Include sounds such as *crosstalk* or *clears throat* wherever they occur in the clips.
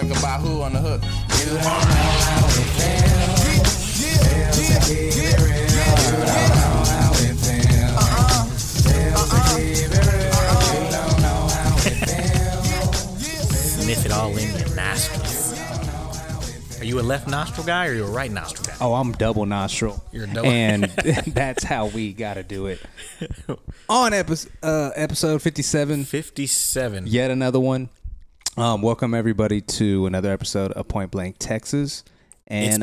on the hook. Sniff it all in your nostrils. Are you a left nostril guy or you a right nostril guy? Oh, I'm double nostril. You're double- *laughs* And *laughs* that's how we got to do it. On episode, uh, episode 57, 57. yet another one. Um, welcome everybody to another episode of Point Blank Texas. And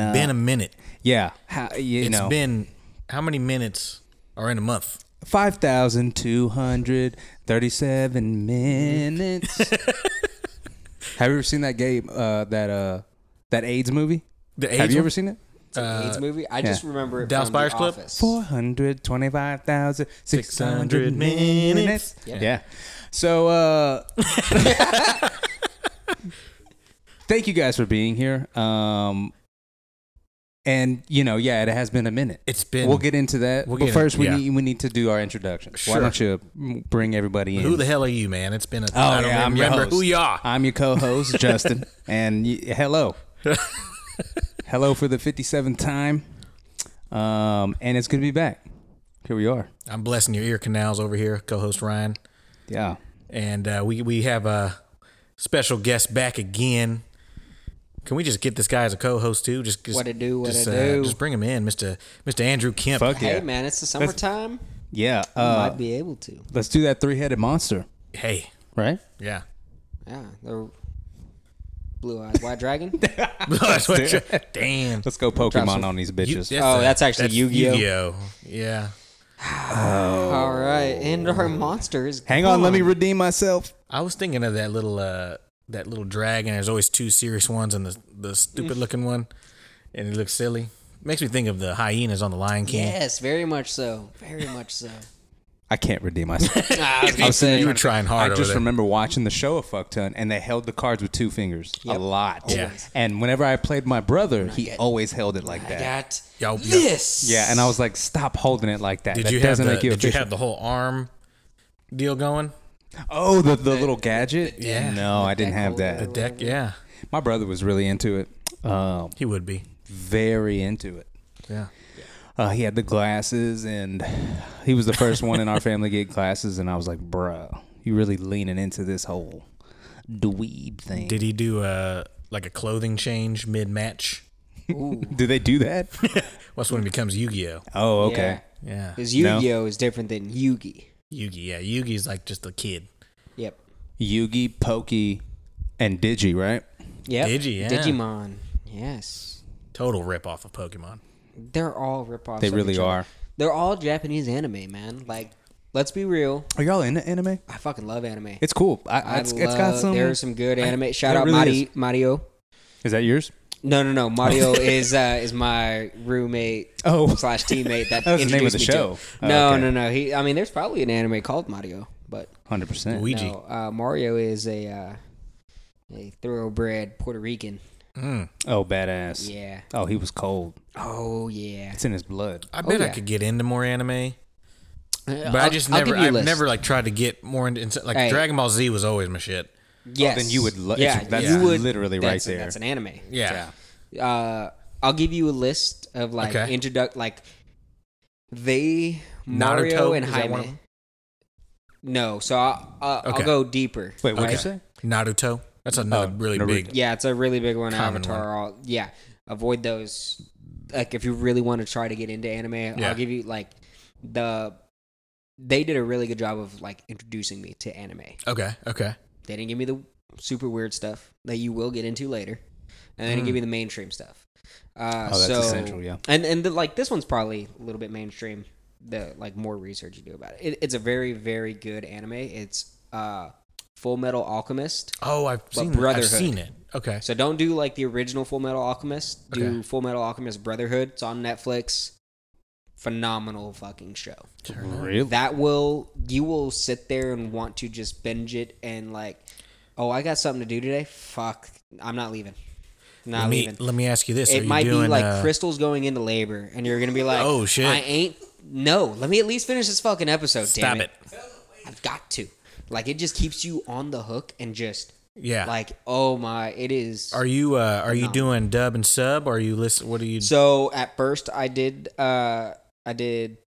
It's uh, been a minute. yeah, how, you It's know, been how many minutes are in a month? five thousand two hundred thirty-seven minutes. *laughs* Have you ever seen that game? Uh, that uh, that AIDS movie. The Uh, Have AIDS you one? ever seen it? AIDS movie. I just remember it Dallas from Buyers the Club? Office. Uh, Four hundred twenty-five thousand six hundred 600 minutes. minutes. Yeah. So, uh, *laughs* thank you guys for being here. Um, and you know, yeah, it has been a minute. It's been- We'll get into that. We'll but get in- first, we yeah. need we need to do our introductions. Sure. Why don't you mm, bring everybody in? Who the hell are you, man? It's been a Oh, I don't yeah, I'm your remember host. who you are. I'm *laughs* your co-host Justin, and y- hello, hello for the 57th time, um, and it's good to be back. Here we are. I'm blessing your ear canals over here, co-host Ryan, Yeah. and uh, we we have a special guest back again. Can we just get this guy as a co-host too? Just, just What it do, what just, uh, it do. Just bring him in, Mister Mister Andrew Kemp. Fuck yeah. Hey man, it's the summertime. Yeah. Uh, Might be able to. let's do that three-headed monster, Hey, right? yeah. Yeah, the blue-eyed white *laughs* dragon. That's what you- Damn. Let's go Pokemon on these bitches. You- Oh, that's actually Yu-Gi-Oh. Yu-Gi-Oh. Yeah. All right, and our monster is Hang on, let me gone. redeem myself. I was thinking of that little uh that little dragon. There's always two serious ones and the the Mm. stupid looking one, and it looks silly. Makes me think of the hyenas on the Lion King. Yes, very much so. Very much *laughs* so. I can't redeem myself. *laughs* Nah, I was gonna say, You were trying hard. I over just there. remember watching the show a fuck ton, and they held the cards with two fingers a lot. Yeah. And whenever I played my brother, he always held it like I that. got Yup, yup. this. Yeah, and I was like, stop holding it like that. Did that you have doesn't the, make you Did you efficient." have the whole arm deal going? Oh, the, the little gadget? Yeah. No, I didn't deck have holder. that. The deck, yeah, My brother was really into it. Um, he would be. very into it. Yeah, Uh, he had the glasses, and he was the first *laughs* one in our family to get glasses. And I was like, bruh, you really leaning into this whole dweeb thing. did he do a like a clothing change mid match? *laughs* Do they *laughs* do that? What's when it becomes Yu Gi Oh? oh, okay. Yeah, Because Yu-Gi-Oh is different than Yugi. Yu Gi. Yeah, Yu Gi's like just a kid. Yep. Yugi, Pokey, and Digi, right? Yep. Digi, yeah. Digimon. Yes. Total rip off of Pokemon. They're all ripoffs. They of really each other. are. They're all Japanese anime, man. Like, let's be real. Are y'all into anime? I fucking love anime. It's cool. I, I it's, love, it's got some. There's some good anime. Shout it out really Mari- Mario. Is that yours? No, no, no. *laughs* Mario is uh, is my roommate Oh. slash teammate that, *laughs* That was the name introduced of the me show. To. Oh, No, okay. no, no. He. I mean, there's probably an anime called Mario, but Hundred percent. Luigi. no. Uh, Mario is a uh, a thoroughbred Puerto Rican. Hmm. Oh, badass. Yeah. Oh, he was cold. Oh yeah. It's in his blood. I bet I Oh, yeah. could get into more anime, but i I'll- just I'll never, give you a I've list. never like tried to get more into, into like Hey. Dragon Ball Z was always my shit. Yes. then you would lo- yeah, it's- that's you would, literally right that's- there. That's an anime. Yeah, uh, I'll give you a list of like Okay. introduct like they Mario Naruto, and is that one of Jaime. No, so I'll, I'll, Okay. I'll go deeper. Wait, what Okay. did you say? Naruto. That's another Oh, really Naruto. big. Yeah, it's a really big one. Common Avatar. All, yeah, avoid those. Like, if you really want to try to get into anime, Yeah. I'll give you like the. They did a really good job of like introducing me to anime. Okay, okay. They didn't give me the super weird stuff that you will get into later, and they didn't give me the mainstream stuff. Uh, Hmm. Oh, that's so, essential, yeah. And and the, like this one's probably a little bit mainstream. The like more research you do about it. it it's a very very good anime. It's uh, Full Metal Alchemist. Oh, I've seen it. I've Brotherhood. seen it. Okay. So don't do like the original Full Metal Alchemist. Do Okay. Full Metal Alchemist Brotherhood. It's on Netflix. Phenomenal fucking show. Really? That will you will sit there and want to just binge it and like, oh, I got something to do today. Fuck, I'm not leaving. Not let me leaving. let me ask you this: Are It you might be doing, like uh, Crystal's going into labor, and you're gonna be like, Oh, shit. I ain't. No, let me at least finish this fucking episode. Stop damn it! I've got to. Like it just keeps you on the hook and just Yeah. Like, oh my, it is. are you uh, are you doing dub and sub? Or are you listen? What are you? so at first, I did, uh, I did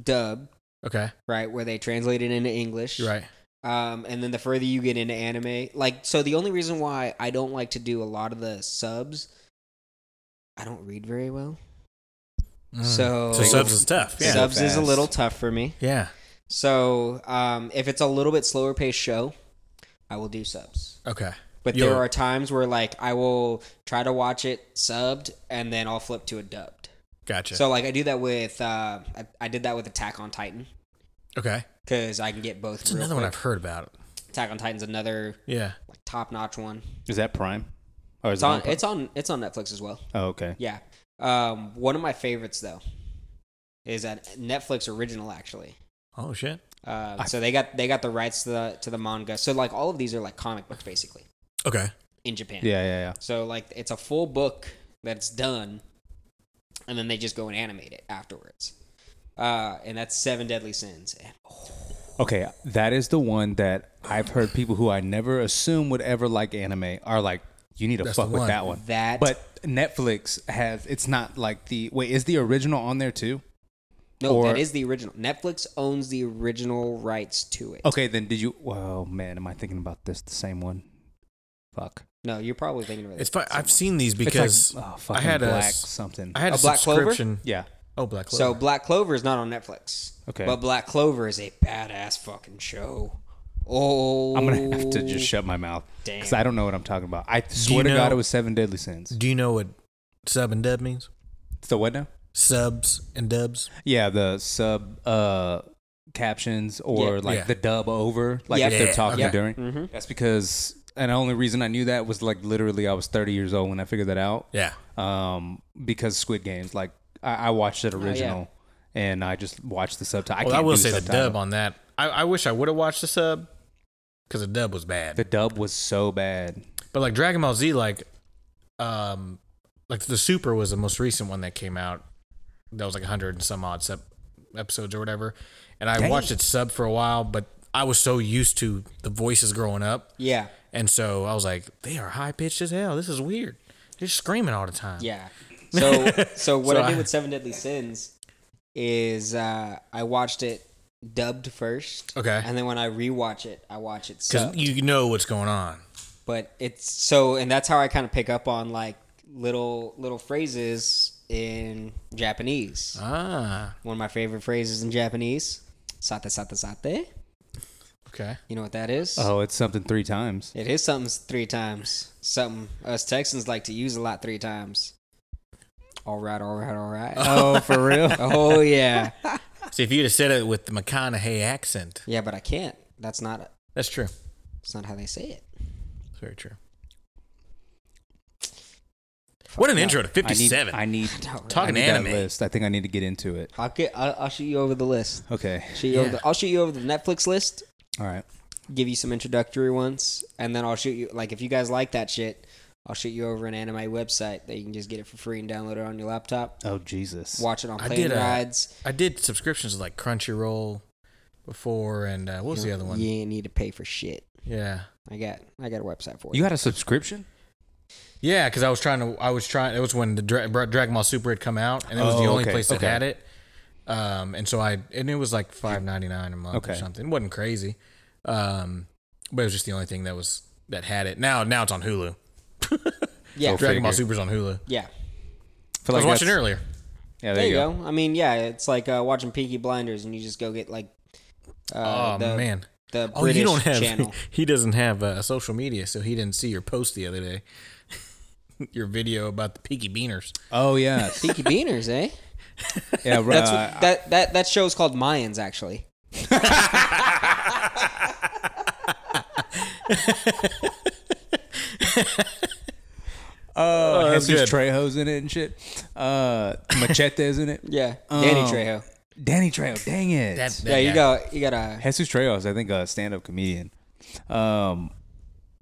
dub, Okay, right, where they translate it into English, you're right. Um, and then the further you get into anime, like, so the only reason why I don't like to do a lot of the subs, I don't read very well. Mm. So- so subs is tough. Yeah, subs is a Fast. little tough for me. yeah. So um, if it's a little bit slower paced show, I will do subs. Okay. But You're- there are times where like I will try to watch it subbed and then I'll flip to a dubbed. Gotcha. So like I do that with uh, I, I did that with Attack on Titan okay. because I can get both. It's real another one I've quick. heard about. Attack on Titan's another Yeah. like, top notch one. Is that Prime? Or is It's it on Prime? it's on it's on Netflix as well. Oh, okay. Yeah. Um, one of my favorites though is a Netflix original actually. Oh shit. Uh, so they got they got the rights to the to the manga. So like all of these are like comic books basically Okay. in Japan. Yeah, yeah, yeah. So like it's a full book that's done, and then they just go and animate it afterwards. Uh, and that's Seven Deadly Sins. And- Okay, that is the one that I've heard people who I never assume would ever like anime are like, you need to That's fuck the with one. that one. That- but Netflix has it's not like the wait is the original on there too? No, Or- that is the original. Netflix owns the original rights to it. Okay, then did you? Well, man, am I thinking about this the same one? Fuck. No, you're probably thinking about it. It's fun. I've seen these because it's like, oh, I fucking had a black s- something. I had a, A Black Clover? subscription. yeah. Oh, Black Clover. So Black Clover is not on Netflix. Okay. But Black Clover is a badass fucking show. Oh, I'm gonna have to just shut my mouth because Damn. I don't know what I'm talking about. I swear to know- God, it was Seven Deadly Sins. do you know what sub and dub means? So what now? Subs and dubs. Yeah, the sub uh captions or Yeah. like Yeah. the dub over, like Yep. if they're Yeah, Mm-hmm. talking okay. during. Mhm. That's because, and the only reason I knew that was like literally I was 30 years old when I figured that out. Yeah. Um, because Squid Games, like I, I watched it original. And I just watched the Oh, subtitle. Well, I can't will do say the subtitle. dub on that. I, I wish I would have watched the sub because the dub was bad. The dub was so bad. But like Dragon Ball Z, like, um, like the Super was the most recent one that came out. That was like hundred and some odd sub episodes or whatever. And I watched it sub for a while, but I was so used to the voices growing up, yeah, and so I was like, they are high pitched as hell. This is weird. They're screaming all the time. *laughs* yeah. So, so what So I I- did with Seven Deadly Sins is uh, I watched it dubbed first. Okay. And then when I rewatch it, I watch it Because subbed. you know what's going on. but it's so, and that's how I kind of pick up on like little little phrases in Japanese. Uh. Ah. One of my favorite phrases in Japanese, sate sate sate. Okay. You know what that is? Oh, it's something three times. It is something three times. Something us Texans like to use a lot three times. All right, all right, *laughs* all right. Oh, for real? *laughs* oh yeah, See, if you'd have said it with the McConaughey accent, yeah, but I can't. That's not. that's true. That's not how they say it. *laughs* That's very true. What an yeah. intro to I need. 57. I need. All right. I Talking need that anime. list. I think I need to get into it. I'll, get, I'll, I'll shoot you over the list. Okay. Shoot you over Yeah. the, I'll shoot you over the Netflix list. All right. Give you some introductory ones, and then I'll shoot you. Like if you guys like that shit, I'll shoot you over an anime website that you can just get it for free and download it on your laptop. Oh Jesus. Watch it on I plane did, uh, rides. I did subscriptions like Crunchyroll before, and uh, what was the other one? You Yeah. ain't need to pay for shit. yeah. I got I got a website for You had a subscription? because I was trying to, I was trying. It was when the Dra- Bra- Dragon Ball Super had come out, and it was Oh, the only okay, place that okay. had it. Um, and so I, and it was like five ninety nine a month or Okay. something. It wasn't crazy, um, but it was just the only thing that was that had it. Now, now it's on Hulu. Yeah, Okay. Dragon Ball Figure. Super's on Hulu. yeah. Feel I was like watching that's- earlier. Yeah, There you go. I mean, yeah, it's like uh, watching Peaky Blinders, and you just go get like. Uh, oh the, man. The Oh, British you don't have. *laughs* channel. He doesn't have uh, social media, so he didn't see your post the other day. *laughs* your video about the Peaky Beaners. Oh yeah, *laughs* Peaky Beaners, *laughs* eh? yeah. Right. Uh, That's what, that that that show's called Mayans, actually. oh, that's Jesus good. Trejo's in it and shit. Uh, Machete's in it. Yeah, Danny Oh. Trejo. Danny Trejo. Dang it. That, that Yeah, you guy. got you got a Jesus Trejo is, I think, a stand-up comedian. Um,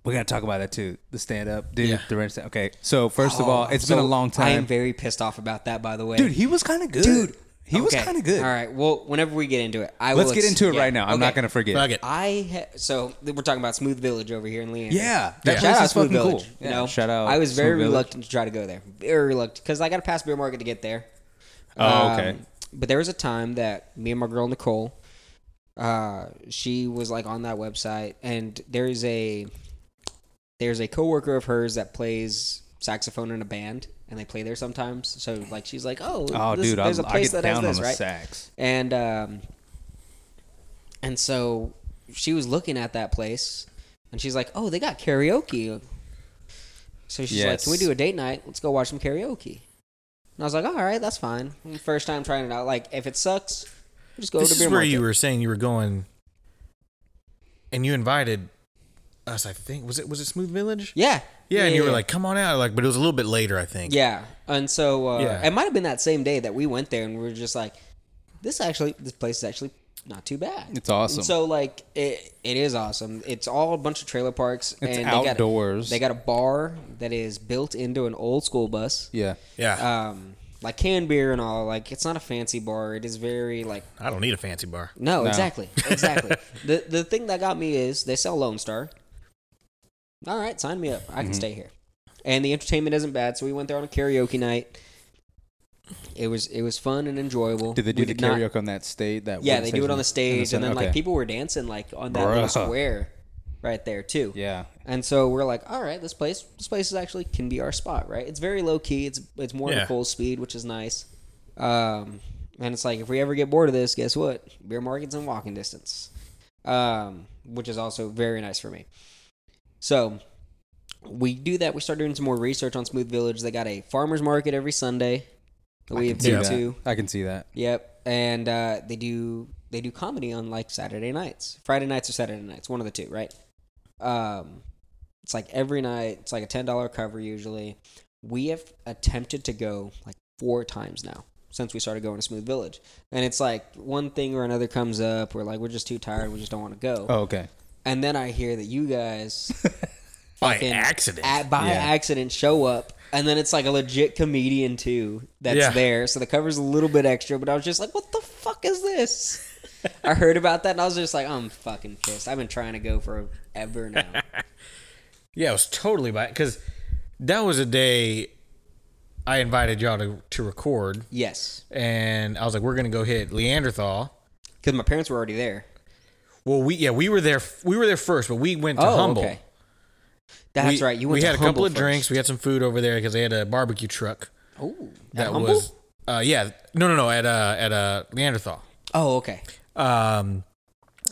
we gotta talk about that too. The stand-up dude, Yeah. the red stand. Okay, so first of all, Oh, it's so been a long I am time, very pissed off about that, by the way. dude. He was kind of good, dude. He was Okay. kind of good. All right. Well, whenever we get into it, I Let's will get ex- into it yeah, right now. I'm okay. not gonna forget. Fuck it. I ha- so th- we're talking about Smooth Village over here in Leander. Yeah, that Yeah. place shout out is Smooth fucking Village. cool. You know, shout out. I was very Smooth Village. reluctant to try to go there. Very reluctant because I got to pass Beer Market to get there. Oh, okay. Um, But there was a time that me and my girl Nicole, uh, she was like on that website, and there's a there's a coworker of hers that plays saxophone in a band, and they play there sometimes. So like she's like, oh, Oh, this- dude, I, there's a I place that get down has this, on the right? sax. and um, and so she was looking at that place, and she's like, "Oh, they got karaoke." So she's like, "Can we Yes. do a date night? Let's go watch some karaoke." And I was like, "All right, that's fine. First time trying it out. Like, if it sucks, we'll just go this to is beer where market." you were saying you were going, and you invited us. I think was it was it Smooth Village? yeah, Yeah, and you were like, "Come on out!" Like, but it was a little bit later, I think. "Yeah." And so uh, Yeah. it might have been that same day that we went there, and we were just like, "This actually, this place is actually not too bad." It's awesome. And so like it, it is awesome. It's all a bunch of trailer parks. It's and outdoors. They got, they got a bar that is built into an old school bus. yeah, yeah. Um, like canned beer and all. Like it's not a fancy bar. It is very like I don't need a fancy bar. no, No. exactly, *laughs* exactly. the the thing that got me is they sell Lone Star. All right, sign me up. I can Mm-hmm. stay here, and the entertainment isn't bad. So we went there on a karaoke night. It was it was fun and enjoyable. did they do We the did not- karaoke on that stage? That yeah, wooden they do it on the in stage, and center? then like Okay. people were dancing like on that Bruh. little square right there too. Yeah, And so we're like, all right, this place, this place is actually can be our spot, right? It's very low key. It's it's more Yeah. Nicole's speed, which is nice. Um, and it's like if we ever get bored of this, guess what? Beer market's in walking distance, um, which is also very nice for me. So we do that. We start doing some more research on Smooth Village. They got a farmers market every Sunday. That we have See been that. to. I can see that. Yep, and uh, they do they do comedy on like Saturday nights, Friday nights or Saturday nights, one of the two, right? Um, it's like every night. It's like a ten dollar cover usually. We have attempted to go like four times now since we started going to Smooth Village, and it's like one thing or another comes up. We're like, we're just too tired. We just don't want to go. Oh, okay. And then I hear that you guys By fucking accident. at- by Yeah. accident show up and then it's like a legit comedian too that's Yeah. there so the cover's a little bit extra but i was just like what the fuck is this *laughs* i heard about that and i was just like i'm fucking pissed i've been trying to go for ever *laughs* now yeah, it was totally by because that was a day I invited y'all to to record, yes and I was like, "We're gonna go hit Leanderthal." because my parents were already there Well, we yeah we were there we were there first, but we went to oh Humble. okay that's we, right you went we to had a Humble couple of first. drinks. We had some food over there because they had a barbecue truck oh that was uh, yeah no no no at uh at uh Neanderthal. oh okay Um,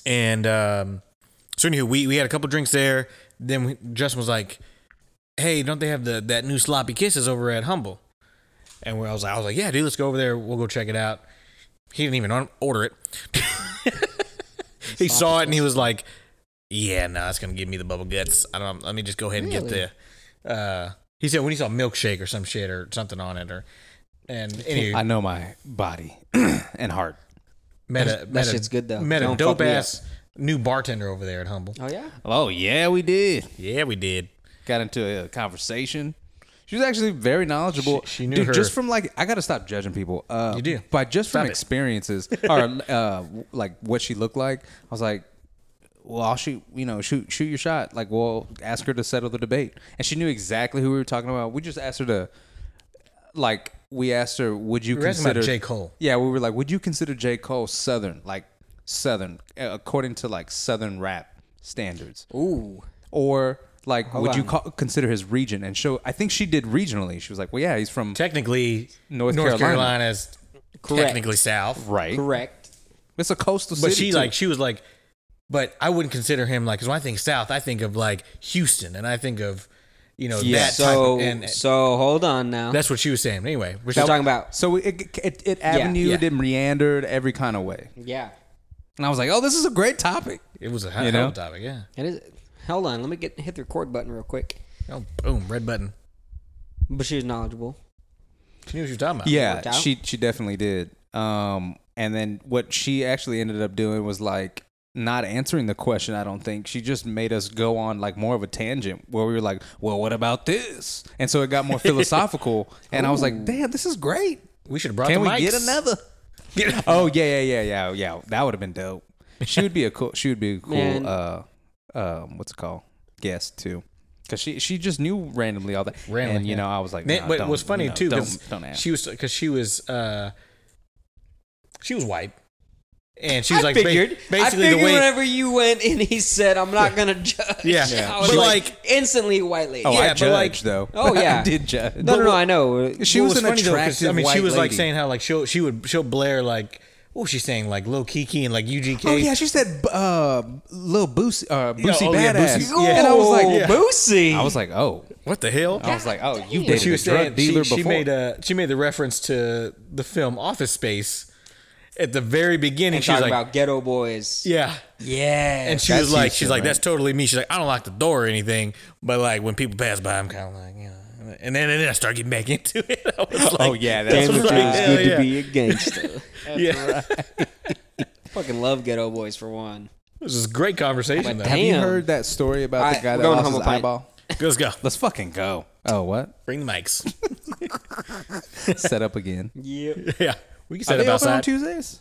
and um, so anywho, we we had a couple drinks there. Then we, Justin was like, "Hey, don't they have the that new sloppy kisses over at Humble?" And we, I was like, "I was like, yeah, dude, let's go over there. We'll go check it out." He didn't even on- order it. *laughs* he saw it and he was like, "Yeah, no, that's gonna give me the bubble guts. I don't. Let me just go ahead and Really? get the." Uh, he said when he saw milkshake or some shit or something on it or, and anyway, I know my body *clears throat* and heart. met a That met a- shit's good, though. Met a Don't fuck dope me up. ass new bartender over there at Humble. oh yeah Oh yeah, we did. Yeah, we did. Got into a conversation. She was actually very knowledgeable. She- she knew Dude, her- Just from like, I gotta stop judging people. Uh, You do. But just Stop from it. *laughs* experiences or uh, like what she looked like, I was like, well, I'll shoot. You know, shoot, shoot your shot. Like, well, ask her to settle the debate. And she knew exactly who we were talking about. We just asked her to, like, we asked her, would you We were asking consider about J. Cole. Yeah, we were like, would you consider J. Cole Southern? Like Southern, uh, according to like Southern rap standards. ooh Or like, would you on. call, consider his region? And show, I think she did regionally. She was like, well, yeah, he's from. Technically, North North, Carolina. Carolina is Correct. technically south, right. correct It's a coastal but city. she too. like she was like, but I wouldn't consider him like because when I think south, I think of like Houston and I think of you know Yeah. that so type of, and so hold on now that's what she was saying anyway. Which we're is, talking about So it, it, it avenued yeah. and meandered every kind of way. yeah And I was like, oh, this is a great topic. it was a hot You know? topic, yeah. it is hold on let me get hit the record button real quick Oh, boom, red button. but she was knowledgeable She knew what you were talking about. Yeah, worked out. she she definitely did. Um, and then what she actually ended up doing was like not answering the question. I don't think she just made us go on like more of a tangent where we were like, "Well, what about this?" *laughs* And so it got more philosophical. and I was like, "Damn, this is great. we should have brought. Can the we get mics. another?" *laughs* oh yeah, yeah, yeah, yeah, yeah. That would have been dope. She would be a cool. She would be a Man. cool. Uh, um, what's it called? Guest too, because she she just knew randomly all that. Randomly, and you yeah. know, I was like, Man, nah, but it don't, was funny you know, too because Don't, don't ask. she was because she was uh, she was white, and she was I like ba- figured, I basically figured the way. whenever you went and he said, "I'm not gonna judge." Yeah. *laughs* I Yeah. was But like, like- instantly white lady. oh, yeah, I but judged like- though. Oh, yeah. *laughs* I did judge. no, no, no, I know. she Well, was it's an funny, though, 'cause, attractive. I mean, white she was like lady. saying how like she'll she would she'll blare like oh she's saying like Lil Kiki and like UGK. Oh yeah, she said b- uh, little Boosie, uh, Boosie oh, yeah, badass, Boosie- yeah. and I was like, Yeah. Boosie. I was like, oh, What the hell? I was like, oh, you damn. dated she a was drug saying dealer she, she before. made a she made the reference to the film Office Space at the very beginning. She was talking like, about ghetto boys. yeah. Yeah. And she That's was like, you she's shit, like, right? that's totally me. She's like, I don't lock the door or anything, but like when people pass by, I'm kind of like, yeah. And then, and then I start getting back *laughs* into it. I was like, oh yeah, that's Damn it, right. it's Hell good yeah. to be a gangster. yeah. Fucking love ghetto boys for one. *laughs* This is a great conversation. But Though. damn. You heard that story about All the right, guy we're that going lost home his with Pint. eyeball? Let's go. Let's fucking go. Oh, *laughs* what? Bring the mics. Set up again. *laughs* Yep. yeah, we can Are set they up open on outside. Tuesdays?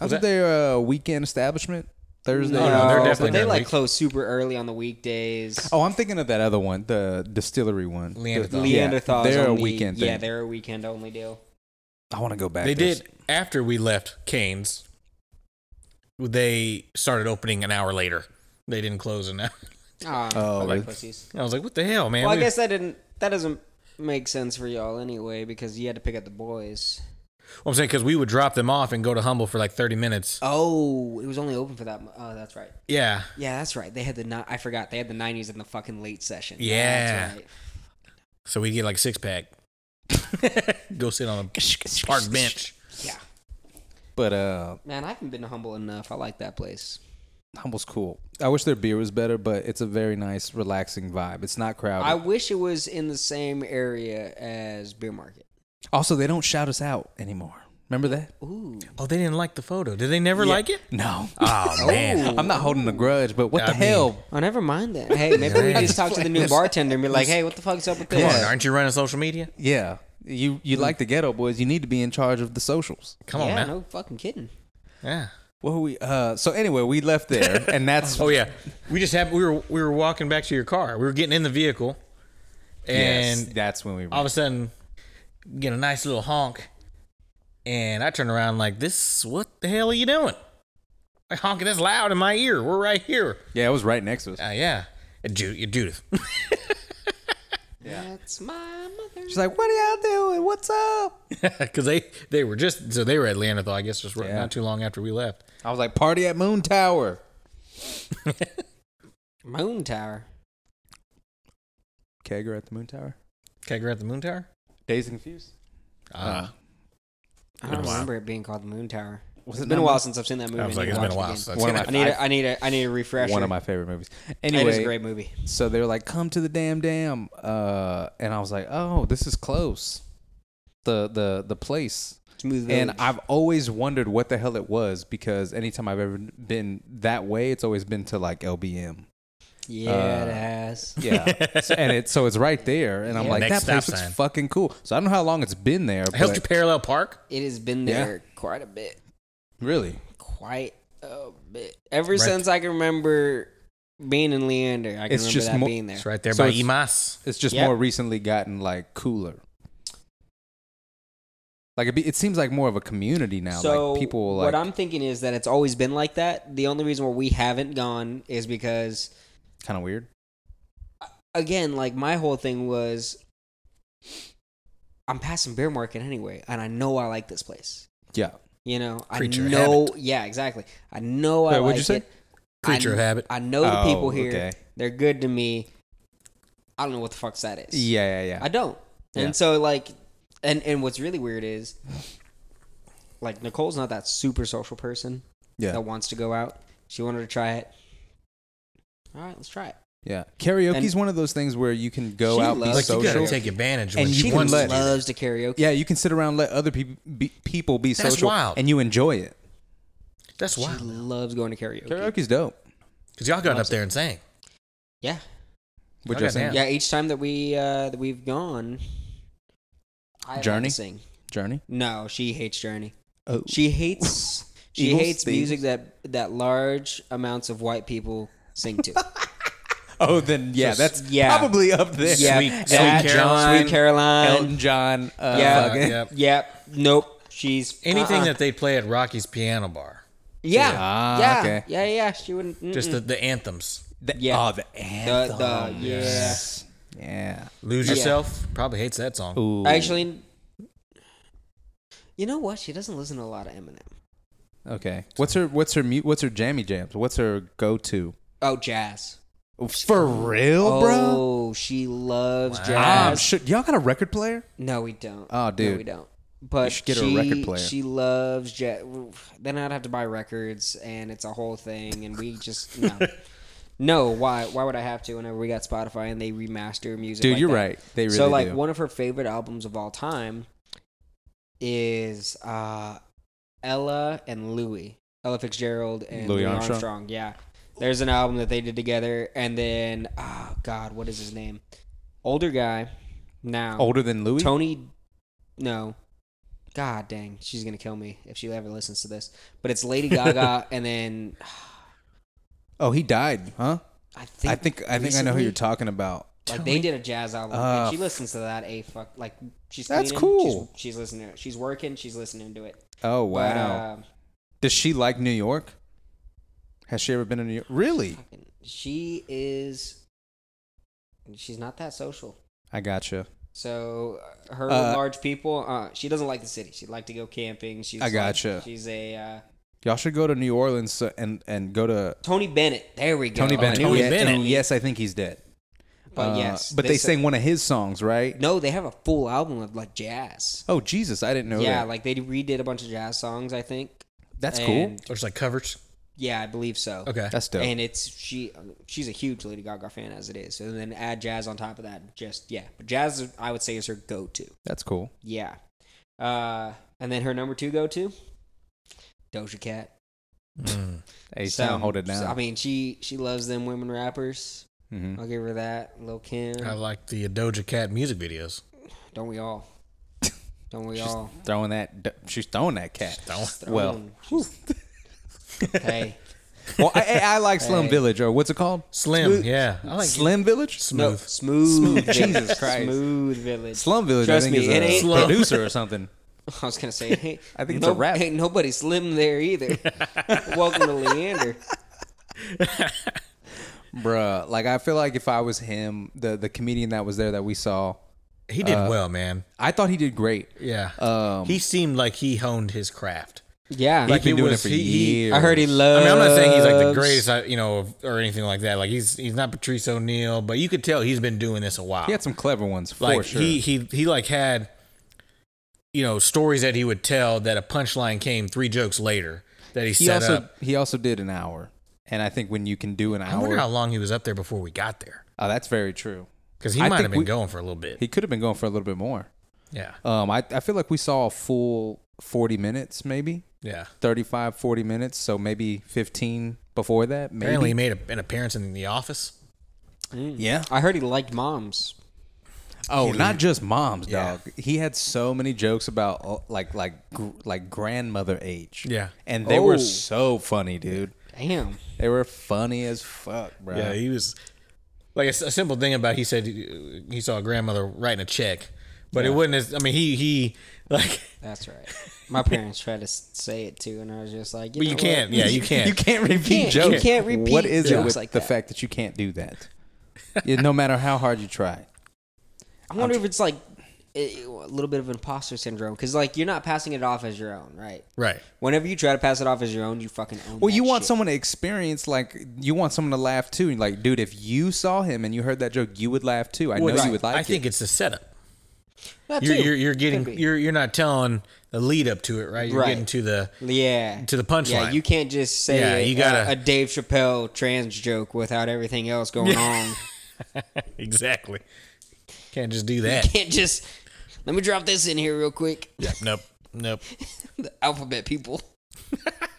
I that? think they're a weekend establishment. Thursday. Uh, No, no, they're but definitely they not like weak. close super early on the weekdays. Oh, I'm thinking of that other one, the distillery one. Leanderthal. The- yeah, Neanderthals they're only, a weekend thing. Yeah, they're a weekend only deal. I want to go back. They there. did after we left Canes. They started opening an hour later. They didn't close an hour. *laughs* Ah, Oh, I like really? pussies. I was like, what the hell, man? Well, I We- guess that didn't. That doesn't make sense for y'all anyway because you had to pick up the boys. Well, I'm saying because we would drop them off and go to Humble for like 30 minutes. Oh, it was only open for that. mo- Oh, that's right. Yeah, Yeah, that's right. They had the. ni- I forgot. They had the nineties in the fucking late session. Yeah. That's right. so we get like six *laughs* pack. go sit on a park bench. Yeah. But uh, Man, I haven't been humble enough. I like that place. Humble's cool. I wish their beer was better, but it's a very nice, relaxing vibe. It's not crowded. I wish it was in the same area as Beer Market. also, they don't shout us out anymore. Remember that? Ooh. Oh, they didn't like the photo. Did they never like it? *laughs* No. Oh man. I'm not holding a grudge, but what I the mean- hell? Oh, never mind that. Hey, maybe we just talk to *laughs* the new bartender and be like, "Hey, what the fuck's up with Come on, this?" aren't you running social media? Yeah. You you like the ghetto boys, you need to be in charge of the socials. Come on, yeah, man. no fucking kidding. Yeah. What were we uh so anyway, we left there and that's Oh yeah. We just happened. We were we were walking back to your car. We were getting in the vehicle, yes, and that's when we all of a sudden get a nice little honk and i turn around like this what the hell are you doing like honking this loud in my ear we're right here Yeah, it was right next to us. uh, yeah And Ju- you're judith *laughs* That's my mother. She's like, What are y'all doing? What's up? because they they were just so they were at leanderthal i guess just right- Yeah. not too long after we left I was like, Party at Moon Tower. Moon Tower. Kegger at the Moon Tower. can i grab the moon tower Days confused. uh, I Been a don't while. remember it being called the Moon Tower. Was it's it been a not- while since I've seen that movie. i was like need it's to been a watch it while again. since One of I've I seen need, it. a, I need a, I need a refresher. One of my favorite movies. It is a Anyway, great movie. so they were like, Come to the damn dam. Uh and I was like, Oh, this is close. The the the place. Smooth. And Village. I've always wondered what the hell it was because anytime I've ever been that way, it's always been to like LBM. yeah, uh, it has. *laughs* Yeah. So- and it so it's right there. And I'm Yeah. like, Next that place stop looks sign. fucking cool. So I don't know how long it's been there. I helped you but- parallel park It has been Yeah. there quite a bit. really? quite a bit. Ever Right. since I can remember being in Leander, I can It's remember just that mo- being there. it's right there So by it's- emas It's just Yeah. more recently gotten like cooler. Like it, be, it seems like more of a community now. So like people like what I'm thinking is that it's always been like that. The only reason why we haven't gone is because kind of weird. again, like my whole thing was I'm passing beer market anyway, and I know I like this place. Yeah. You know, Creature I of know. Yeah, exactly. I know I Wait, like what'd you say? it. creature I, of habit I know the Oh, people here. okay. They're good to me. I don't know what the fuck's that is. Yeah, yeah, yeah. I don't. Yeah. And so like and and what's really weird is like Nicole's not that super social person yeah. that wants to go out. She wanted to try it. All right, let's try it. Yeah, karaoke's one of those things where you can go She out be loves like you social. gotta take advantage And when you she She can wants let- to do that. loves to karaoke. Yeah, you can sit around and let other people be, people be That's social wild. and you enjoy it. that's She why loves going to karaoke. Karaoke's dope. because y'all got up there and sang Yeah. Which Okay, I saying yeah. Yeah, each time that we uh that we've gone I love to Journey? sing. Journey. No, she hates Journey. Oh. She hates she Eagles, hates the music that that large amounts of white people sing to. *laughs* Oh, then yeah, that's yeah. probably up there. yeah, Sweet- Elton Sweet Caroline. Sweet Caroline. Elton John. Uh, Yeah. fucking- Yep. Yep. Nope. She's Anything uh-uh. that they play at Rocky's piano bar, Yeah. Ah, yeah. okay. Yeah. Yeah. She wouldn't. mm-mm. just the, the anthems. The, Yeah. Oh, the anthem. the- yeah. Yes. Yeah. Lose yourself. Probably hates that song. Ooh. actually. You know what? She doesn't listen to a lot of Eminem. Okay. What's her What's her mu- What's her jammy jams? What's her go to? Oh, jazz. For real, bro. Oh, she loves Um, jazz. should, y'all got a record player? no, we don't. Oh, no, dude. we don't. But should get her a she, record player. She loves jazz. Then I'd have to buy records, and it's a whole thing. And we just *laughs* no, no. Why? Why would I have to? Whenever we got Spotify and they remaster music, Dude, like you're that. right. They really so like do. one of her favorite albums of all time is uh Ella and Louis. Ella Fitzgerald and Louis Louis Armstrong. Armstrong. Yeah. There's an album that they did together and then oh god, what is his name? Older guy now. Older than Louis. Tony No. God dang, she's gonna kill me if she ever listens to this. But it's *laughs* Lady Gaga and then Oh, he died, huh? I think I think I think I know who recently- you're talking about. Like they did a jazz album. Uh, and she listens to that a fuck. Like she's That's cleaning, cool. She's, she's listening. To it. She's working. She's listening to it. Oh wow. But, uh, Does she like New York? Has she ever been in New York? Really? fucking- she is. She's not that social. I gotcha. So uh, her Uh, large people. Uh, she doesn't like the city. She'd like to go camping. She's I gotcha. Like, she's a uh, Y'all should go to New Orleans uh, and and go to Tony Bennett. There we go. Tony Bennett. oh, Tony Yeah, Bennett. and yes, I think he's dead. But Uh, yes, but they, sang one of his songs, right? no. They have a full album of like jazz. Oh Jesus, I didn't know yeah, that. like they redid a bunch of jazz songs. I think. That's cool. And- Or it's like covers. Yeah, I believe so. Okay. That's dope. And it's she she's a huge Lady Gaga fan as it is. And then add jazz on top of that, just yeah. But jazz I would say is her go to. That's cool. Yeah. Uh and then her number two go to Doja Cat. Mm. Hey, sound hold it down. I mean she she loves them women rappers. Mhm. I'll give her that. Lil Kim. I like the Doja Cat music videos. Don't we *laughs* all? Don't we all? Throwing that, d- she's throwing that cat. well, Throwing- *laughs* hey. *laughs* well, I, I- I like Slum Hey. Village or what's it called? Slim, Smooth- yeah, I like Slim Village. smooth. No, smooth. village. Jesus Christ. Smooth village. Slum Village. Trust I think me, it is ain't- a Slum. *laughs* producer or something. I was gonna say, hey, I think it's a wrap. Ain't nobody slim *laughs* there either. Welcome to Leander. Bruh, like I feel like if I was him, the the comedian that was there that we saw, He did well, man. I thought he did great. Yeah, Uh, Um, he seemed like he honed his craft. Yeah, Like He's been it doing was- it for he- he- years. I heard he I loves. mean, I'm not saying he's like the greatest, uh, you know, or anything like that. Like he's he's not Patrice O'Neill, but you could tell he's been doing this a while. He had some clever ones for like sure. he he he like had, you know, stories that he would tell that a punchline came three jokes later that he, He set also up. he also did an hour, and I think when you can do an I wonder hour, how long he was up there before we got there, oh, that's very true. because he I might think have been we- going for a little bit. He could have been going for a little bit more. yeah, Um, I I feel like we saw a full forty minutes, maybe yeah. 35, 40 minutes, so maybe fifteen before that. Maybe. Apparently, he made a, an appearance in the office. yeah. Mm. I heard he liked moms. Oh, not just moms, Yeah. dog. He had so many jokes about uh, like like gr- like grandmother age. Yeah. and they were Oh. so funny, dude. Damn. They were funny as fuck, bro. Yeah, he was like a, s- a simple thing about he said he he saw a grandmother writing a check, but it wasn't as I mean he he like That's right. *laughs* My parents tried to s- say it too, and I was just like, you, but you know what? can't yeah you can't *laughs* You can't repeat can't- you jokes. can't repeat What is it jokes with like the that. fact that you can't do that? Yeah, no matter how hard you try. I wonder if it's like eh, a little bit of imposter syndrome because like you're not passing it off as your own, right? right Whenever you try to pass it off as your own, you fucking own. Well, that you want shit. someone to experience like you want someone to laugh too. And, Like, dude, if you saw him and you heard that joke, you would laugh too. I know Well, you would like I it. think it's the setup That you're too. you're, you're getting Could be. you're you're not telling the lead up to it right you're Right. getting to the *laughs* Yeah. to the punchline Yeah, you can't just say Yeah, a- you gotta- a, a Dave Chappelle trans joke without everything else going on. exactly can't just do *laughs* that Can't just let me drop this in here real quick. *laughs* nope nope The alphabet people. *laughs*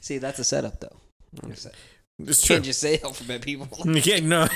See, that's a setup though. Honestly. it's true Can't just say alphabet people. *laughs* you can't no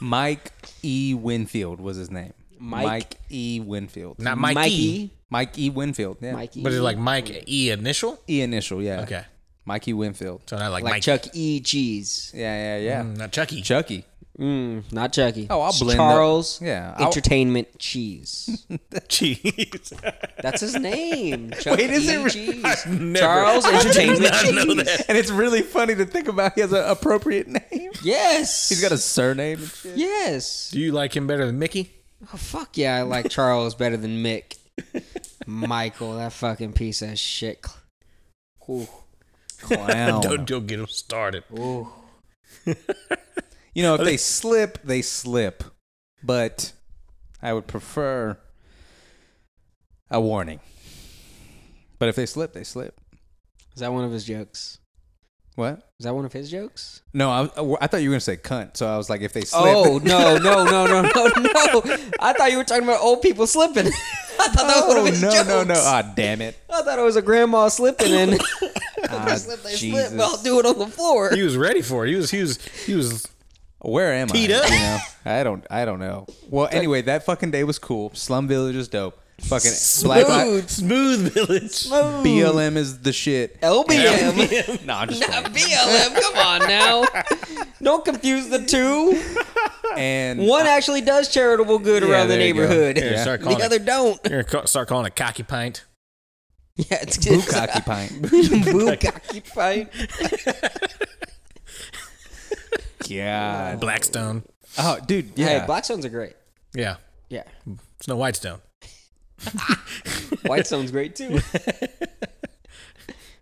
Mike E. Winfield was his name. Mike- E. Winfield. not Mikey, Mikey. Mike E. Winfield. Yeah. *laughs* Mikey. But it's like Mike E initial. E initial, yeah. Okay, Mikey Winfield. so not like, like Mike Chuck E. Cheese. Yeah, yeah, yeah. Mm, not Chucky. *laughs* Chucky. Mm, not Chucky. Oh, I'll It's blend the- Charles. Yeah, I'll- Entertainment Cheese. Cheese. *laughs* That's his name. Chuck Wait, is E. it really? *laughs* Cheese. I've never- Charles *laughs* I did Entertainment not know Cheese. that. And it's really funny to think about. He has an appropriate name. Yes. He's got a surname and shit. Yes. Do you like him better than Mickey? Oh, fuck yeah, I like Charles better than Mick. Michael, that fucking piece of shit. Ooh. Don't, *laughs* Clown. *laughs* don't get him started. Ooh. you *laughs* know, if they slip, they slip. But I would prefer a warning. But if they slip, they slip. Is that one of his jokes? What? Is that one of his jokes? No, I, I thought you were gonna say cunt. So I was like, if they slip, *laughs* Oh no no no no no no! I thought you were talking about old people slipping. *laughs* I thought that was one Oh, of his no, jokes. no, no! Ah, damn *laughs* it! I thought it was a grandma slipping *laughs* and Ah, they Jesus. slip. Well, do it on the floor. He was ready for it. He was he was he was Where am Teed I? up. You know, I don't, I don't know. Well, anyway, that fucking day was cool. Slum Village is dope. Fucking Black Li- smooth, smooth *laughs* village. *laughs* BLM is the shit. LBM. no, *laughs* I'm just Not kidding. BLM. Come on *laughs* now. Don't confuse the two. and One actually does charitable good Yeah, around the there you go. neighborhood. Here, *laughs* Yeah. start The calling other it, *laughs* don't. here, ca- start calling it cocky pint. Yeah, it's Book *laughs* just *laughs* *laughs* Occupying. Bukaki fight. God. Blackstone. Oh, dude. Yeah. Hey, Blackstones are great. Yeah. *laughs* Yeah, It's no Whitestone. Whitestone's great too.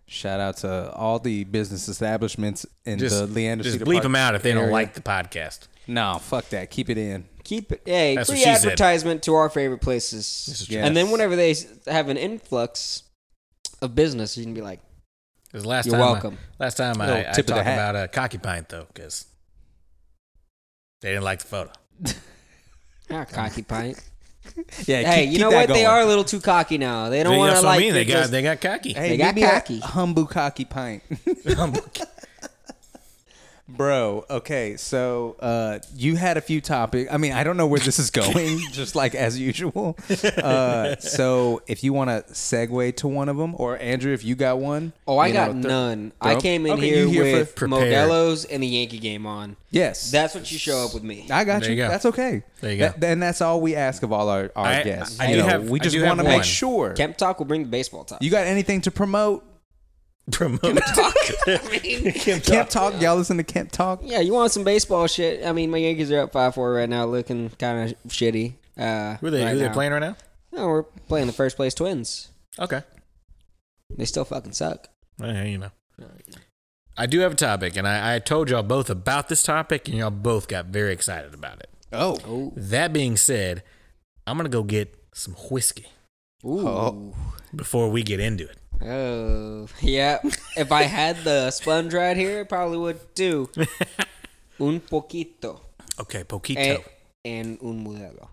Shout out to all the business establishments in Just, the Leander just Cedar bleep Park them out if they don't area. like the podcast. No, fuck that. Keep it in. Keep it. Hey, That's what free she said. advertisement to our favorite places. This is Yeah. true. And then Yes. whenever they s- have an influx of business, you can be like, 'Cause last You're time I- welcome. last time Little I, I tip of talked the hat. about a cocky pint though, because they didn't like the photo. ah, cocky pint. Yeah. hey, keep- you keep know that what? They going. are a little too cocky now. They don't They- want that's to what I like. mean. They it got just- they got cocky. *laughs* Hey, They got maybe a cocky. Humble cocky pint. *laughs* Bro, okay, so uh, you had a few topics. I mean, I don't know where this is going, *laughs* just like as usual. Uh, *laughs* so, if you want to segue to one of them, or Andrew, if you got one. Oh, I you got know, th- none. throw- I came in Okay, here, you here with for- Prepared. Modelo's and the Yankee game on. yes, That's what you show up with me. I got There you. you go. That's okay. There you go. That- and that's all we ask of all our, our I- guests. I You do know, have- we I just do have want to make one. sure. Camp Talk will bring the baseball talk. you got anything to promote? *laughs* Promote. talk. *laughs* I *laughs* mean, Camp Talk. Y'all listen to Camp Talk. yeah, you want some baseball shit? I mean, my Yankees are up five four right now, looking kind of shitty. Uh, Who are they, right who they now. playing right now? No, we're playing the first place Twins. Okay. They still fucking suck. Yeah, you know. I do have a topic, and I, I told y'all both about this topic, and y'all both got very excited about it. Oh, Oh, That being said, I'm gonna go get some whiskey ooh, Oh. oh, before we get into it. *laughs* yeah. if I had the sponge right here, I probably would *laughs* too. un poquito Okay, poquito. eh, and un modelo,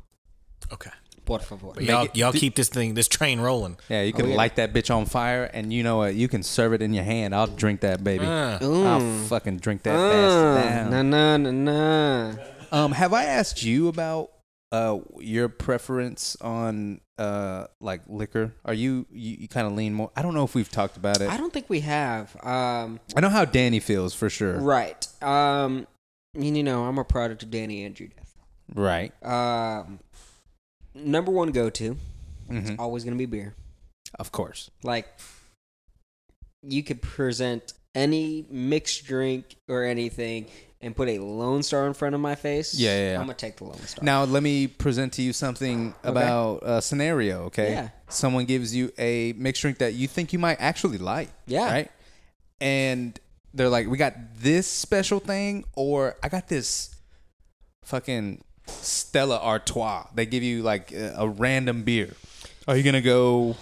okay, por favor. but y'all it- y'all keep this thing this train rolling. Oh, yeah. You can yeah. light that bitch on fire, and you know what? You can serve it in your hand. I'll drink that baby. Ah, I'll Mm. fucking drink that fast Mm. down. Na na na na. Um, have I asked you about uh your preference on uh like liquor? Are you you, you kind of lean more? I don't know if we've talked about it. I I, don't think we have. Um, know how Danny feels for sure. Right. right. Um, and you know, I'm a product of Danny and Judith. Um, number one go to Mhm. always gonna be beer. Of course. Like you could present any mixed drink or anything and put a Lone Star in front of my face. Yeah, yeah, yeah. I'm gonna take the Lone Star. Now let me present to you something about a scenario. Okay. Yeah. Someone gives you a mixed drink that you think you might actually like. Yeah. Right. And they're like, "We got this special thing," or "I got this fucking Stella Artois." They give you like a, a random beer. Are you gonna go?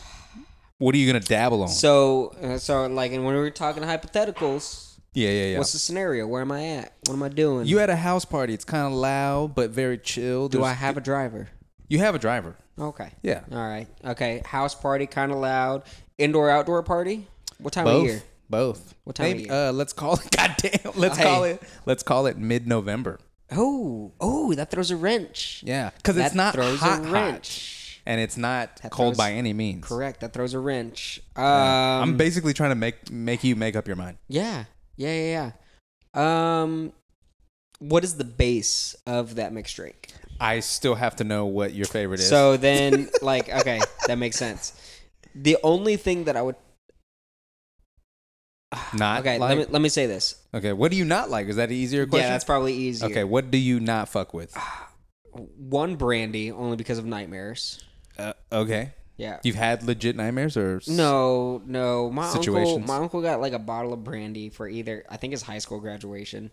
What are you gonna dabble on? so uh, so like, and when we were talking hypotheticals, yeah, yeah, yeah. what's the scenario? Where am I at? What am I doing? you at a house party. It's kind of loud, but very chill. Do I There's- have a driver? You have a driver. Okay. Yeah. All right. Okay. House party, kind of loud. Indoor outdoor party. What time of Both. year? Both. What time of Maybe- year? Uh, let's call it. *laughs* Goddamn. Let's Hey. call it. Let's call it mid-November. Oh, oh, that throws a wrench. Yeah, because it's That not throws hot. a hot. wrench. and it's not That cold throws- by any means. Correct. That throws a wrench. Um, I'm basically trying to make make you make up your mind. yeah. Yeah. Yeah. Yeah. Um, what is the base of that mixed drink? I still have to know what your favorite is. So then, like, *laughs* okay, that makes sense. The only thing that I would not okay, like- let me let me say this. okay. What do you not like? Is that an easier question? Yeah, that's probably easier. okay. What do you not fuck with? one brandy only because of nightmares. Uh, okay, Yeah. you've had legit nightmares or s- No, no. My uncle, Situations. my uncle got like a bottle of brandy for either I think his high school graduation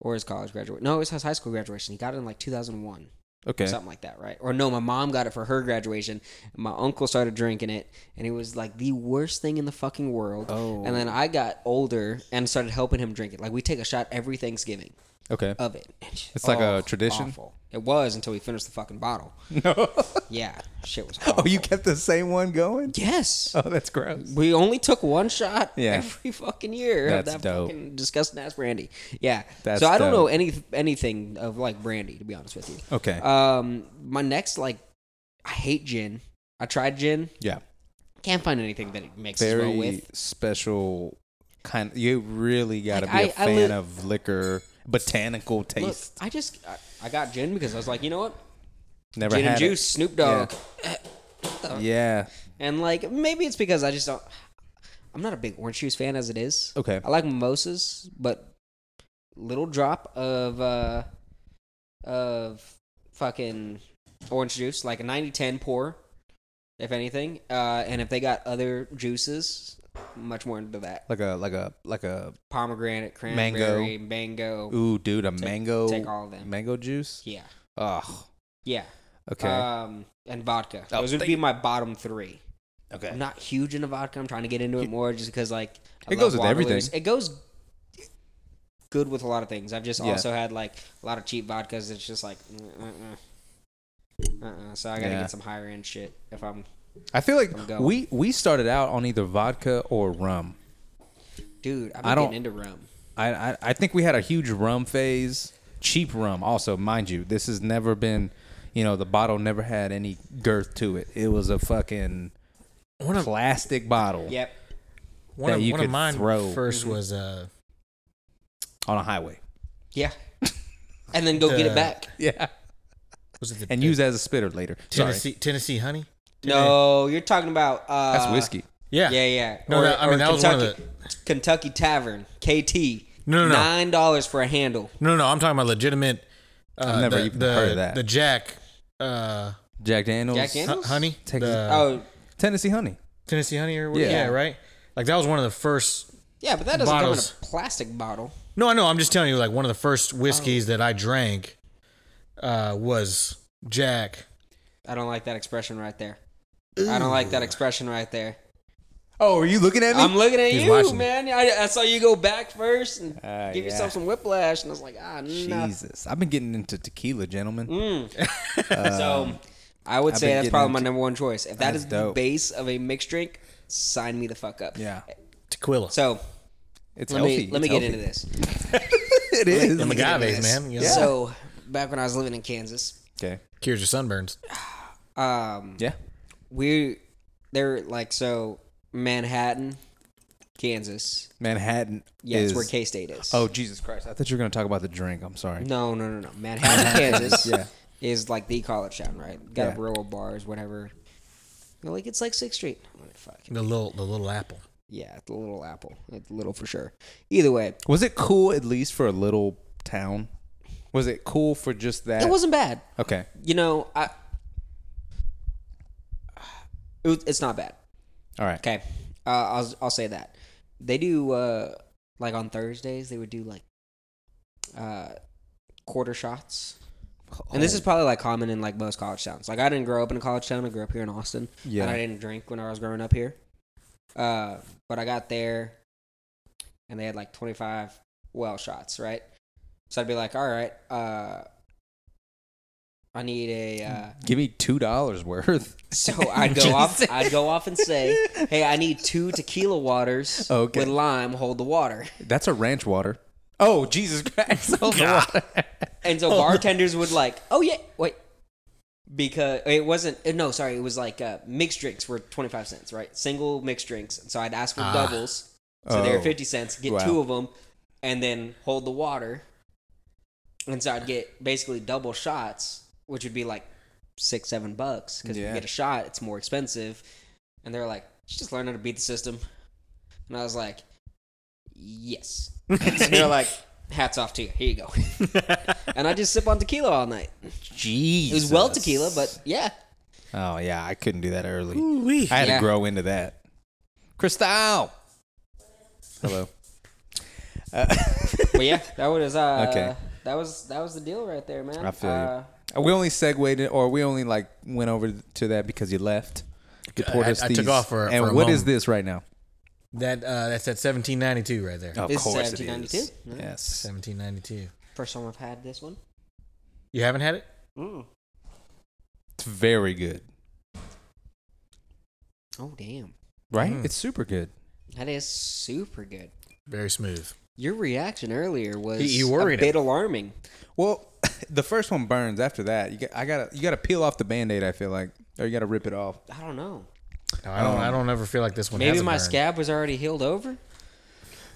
or his college graduation. No, it was his high school graduation. He got it in like 2001 Okay, or something like that, right? Or no, my mom got it for her graduation. And my uncle started drinking it, and it was like the worst thing in the fucking world. Oh. And then I got older and started helping him drink it. Like we take a shot every Thanksgiving okay. *laughs* of it. oh, It's like a tradition? awful. It was until we finished the fucking bottle. no. Yeah, shit was. *laughs* oh, Awful. you kept the same one going. Yes. Oh, that's gross. We only took one shot Yeah. every fucking year That's of that dope. fucking disgusting ass brandy. Yeah. That's so I don't dope. know any anything of like brandy to be honest with you. Okay. Um, my next like, I hate gin. I tried gin. yeah. Can't find anything that it mixes well Very with. special kind. You really got to Like, be I- a I fan li- of liquor, botanical Look, taste. I just I, I got gin because I was like, you know what, Never gin had and juice, Snoop Dogg, It. Yeah. and like maybe it's because I just don't. I'm not a big orange juice fan as it is. Okay. I like mimosas, but little drop of uh of fucking orange juice, like a 90-10 pour, if anything. Uh, and if they got other juices, much more into that. Like a like a like a pomegranate, Mango. cranberry, mango. ooh dude a mango Take all of them. mango juice. Yeah. Oh. Yeah. Okay. Um, and vodka. Oh, Those would thank- be my bottom three. okay. I'm not huge into vodka. I'm trying to get into it more just because, like, I It love goes with Waterloos. everything. It goes good with a lot of things. I've just Yeah. also had, like, a lot of cheap vodkas. It's just like, uh-uh. Uh-uh. So I got to Yeah. get some higher end shit if I'm. I feel like I'm going. we we started out on either vodka or rum. Dude, I'm I don't- getting into rum. I, I I think we had a huge rum phase, cheap rum. Also, mind you, this has never been, you know, the bottle never had any girth to it. It was a fucking One of plastic bottle Yep. one that of, you one of could mine throw. first was uh on a highway. *laughs* Yeah. And then go get The- it back. Yeah, was it the and use that as a spitter later. Sorry, Tennessee Tennessee honey? No, you're talking about. Uh, that's whiskey. Yeah. Yeah, yeah. No, that- I mean, that was one Kentucky, of Kentucky Tavern, KT. No, no, no. Nine dollars for a handle. No, no, I'm talking about legitimate. Uh, I've never the, even the- heard of that. The Jack, uh, Jack Daniels, Jack hu- Daniels? Handles? honey, Texas- the oh, Tennessee honey. Tennessee honey or what? Yeah. Yeah. right. Like that was one of the first. yeah, but that doesn't bottles. come in a plastic bottle. No, I know. I'm just telling you, like one of the first whiskeys Oh. that I drank uh, was Jack. I don't like that expression right there. I don't like that expression right there. Oh, are you looking at me? I'm looking at He's you, watching me. man. I, I saw you go back first and Ah, give yeah. yourself some whiplash, and I was like, ah, no. Jesus, I've been getting into tequila, gentlemen. Mm. so I would uh, I've say been that's getting probably my into- number one choice. If that That's is the dope. base of a mixed drink, sign me the fuck up. Yeah, Tequila. So it's let healthy. me let me get *laughs* into this. this. it is. Them Let me get into agaves, this. man. Yeah. So back when I was living in Kansas, Okay. Cures your sunburns. um, Yeah. we they're like so Manhattan, Kansas. Manhattan Yeah, it's is where K State is. Oh Jesus Christ! I thought you were going to talk about the drink. I'm sorry. no, no, no, no. Manhattan, Kansas *laughs* Yeah. is like the college town, right? Got Yeah. a row of bars, whatever. You're like it's like Sixth Street. I'm like, fuck. The little, the little apple. Yeah, it's a little apple. It's little for sure. Either way, Was it cool at least for a little town? Was it cool for just that? it wasn't bad. Okay. You know, I. It was, it's not bad. All right. Okay, uh, I'll I'll say that they do uh, like on Thursdays they would do like uh, quarter shots, and Oh. this is probably like common in like most college towns. Like I didn't grow up in a college town; I grew up here in Austin, Yeah. and I didn't drink when I was growing up here. Uh, but I got there, and they had like twenty five well shots, right? So I'd be like, all right, uh, I need a. *laughs* Uh, Give me two dollars worth. so I'd go off. I'd go off and say, "Hey, I need two tequila waters Okay. with lime. Hold the water." *laughs* That's a ranch water. Oh *laughs* Jesus Christ! Oh, the water. And so bartenders would like, "Oh yeah, wait, because it wasn't uh, no sorry it was like uh, mixed drinks were 25 cents right single mixed drinks so i'd ask for Ah. doubles so they were Oh. 50 cents get Wow. two of them and then hold the water and so i'd get basically double shots which would be like six seven bucks because if Yeah. you get a shot it's more expensive and they're like you just learn how to beat the system and i was like *laughs* yes and they're like hats off to you here you go and i just sip on tequila all night Jeez. it was well tequila but yeah Oh yeah, I couldn't do that early. Ooh-wee. I had Yeah. to grow into that. Cristal. Hello. but yeah, that was uh, Okay. That was that was the deal right there, man. I feel uh, you. We only segued it, or we only like went over to that because you left. You poured I- us I took these. off for- and for a what is moment. this right now? That uh, that's at 1792 right there. Of This is Mm-hmm. course it 1792? is. Yeah. Yes. 1792. First time I've had this one. You haven't had it? It's very good. Oh damn, Right? Mm. It's super good. that is super good. Very smooth. Your reaction earlier was He- he worried a bit alarming. Well, *laughs* the first one burns. After that, you got, I gotta you gotta peel off the band-aid, I feel like. Or you gotta rip it off. I don't know. No, I don't. I don't ever feel like this one. Maybe has a my burn. scab was already *laughs* healed over.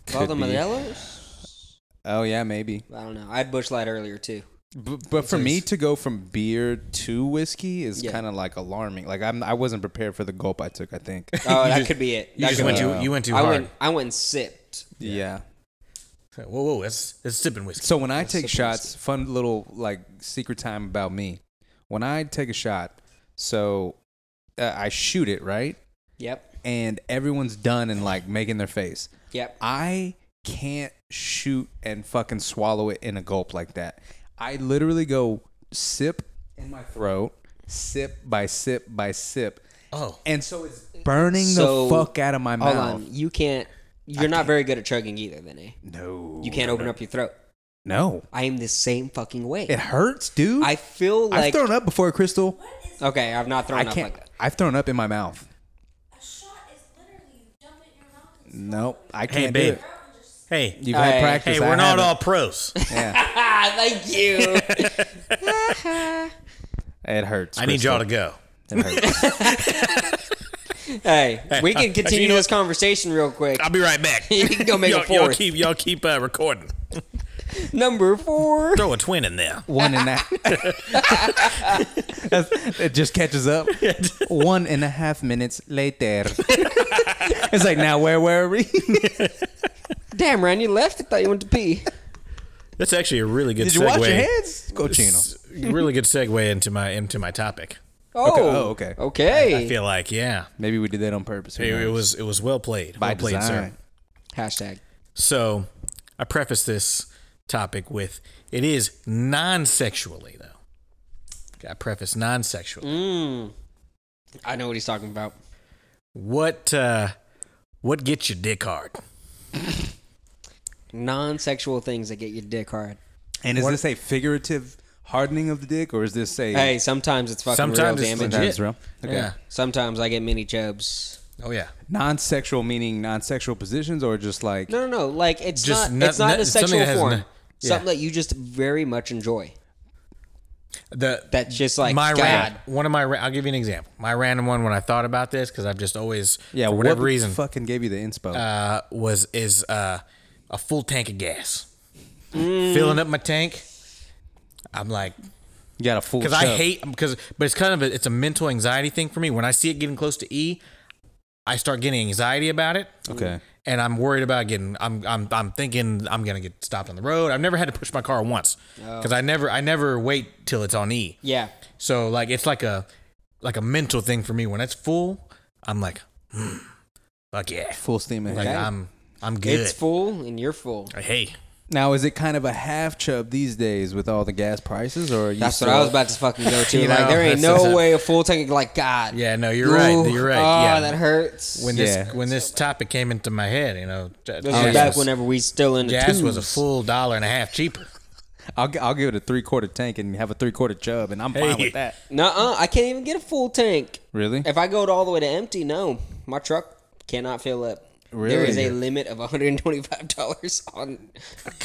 with all Could the be. Modelo's. Oh yeah, maybe. I don't know. I had bush light *laughs* earlier too. B- but for me to go from beer to whiskey is Yeah. kind of like alarming. Like I'm, I wasn't prepared for the gulp I took. I think. *laughs* Oh, that *laughs* just- could be it. You That just could went be too. it. You went too I hard. went. I went and sipped. yeah. Whoa, whoa, that's that's sipping whiskey. So when I sipping take shots, fun little like secret time about me. When I take a shot, so uh, I shoot it right, Yep. and everyone's done and like making their face. Yep. I can't shoot and fucking swallow it in a gulp like that. I literally go sip in my throat, sip by sip by sip. Oh, And so it's burning So, the fuck out of my Hold mouth. on. You can't. You're not very good at chugging either, then. Eh? No. You can't open up your throat. No. I am the same fucking way. It hurts, dude. I feel I've like thrown up before, Crystal. okay, I've not thrown I up can't. like that. I've thrown up in my mouth. A shot is literally you dump it in your mouth and No, I hey, can't do babe. it. Hey, You've had Hey. practice. hey, I we're not haven't. all pros. Yeah, Ah, thank you. *laughs* it hurts. I need y'all to go. It hurts. hey, we *laughs* can continue this conversation real quick. I'll be right back. You can go make a y'all, y'all fourth. keep y'all keep uh, recording. Number four. Throw a twin in there. *laughs* *laughs* One and a That's- *laughs* it just catches up. One and a half minutes later. *laughs* it's like now where were we? *laughs* Damn, Ryan, you left. I thought you went to *laughs* pee. That's actually a really good. Did you segue. wash your hands? Cochino. S- Really good segue into my into my topic. Oh, oh, okay. okay. I feel like yeah, Maybe we did that on purpose. Who it, it knows? was it was well played. by well played, sir. design. Hashtag. So I preface this topic with it is non sexually, though. I preface non sexually. Mm. I know what he's talking about. What, uh, what gets your dick hard? Non-sexual things that get your dick hard. And is this a figurative hardening of the dick, or is this a Hey, sometimes it's fucking Sometimes real it's damage. legit. Sometimes real. Okay. Yeah. Sometimes I get mini chubs. Oh, yeah. non-sexual meaning non-sexual positions, or just like No, no, no. Like it's Just not. no- it's not no- in a something sexual that has form. no- yeah. Something that you just very much enjoy. The, That's just like my God. ran- one of my ra- I'll give you an example. My random one when I thought about this because I've just always yeah, for whatever what reason fucking gave you the inspo? uh, was is uh, a full tank of gas Mm. filling up my tank. I'm like, you got a full because I chub. hate because but it's kind of a, it's a mental anxiety thing for me. When I see it getting close to E, I start getting anxiety about it. Okay. And I'm worried about getting. I'm I'm I'm thinking I'm gonna get stopped on the road. I've never had to push my car once Oh. because I never I never wait till it's on E. Yeah. So like it's like a like a mental thing for me. When it's full, I'm like, hmm, fuck yeah, full steam ahead. like I'm I'm good. It's full and you're full. hey, now, is it kind of a half chub these days with all the gas prices, or are you That's what still- I was about to *laughs* fucking go to. You like know, there ain't that's- no way a full tank. Like God. yeah, no, you're right, you're right. Oh, yeah, that hurts. when When this Yeah. when this topic came into my head, you know, gas this is back Oh, whenever we still in the gas was a twos. full dollar and a half cheaper. I'll, gi- I'll give it a three quarter tank and have a three quarter chub, and I'm fine Hey. with that. Nuh-uh, I can't even get a full tank. Really? If I go to all the way to empty, no, my truck cannot fill up. Really? There is a limit of $125 *laughs* on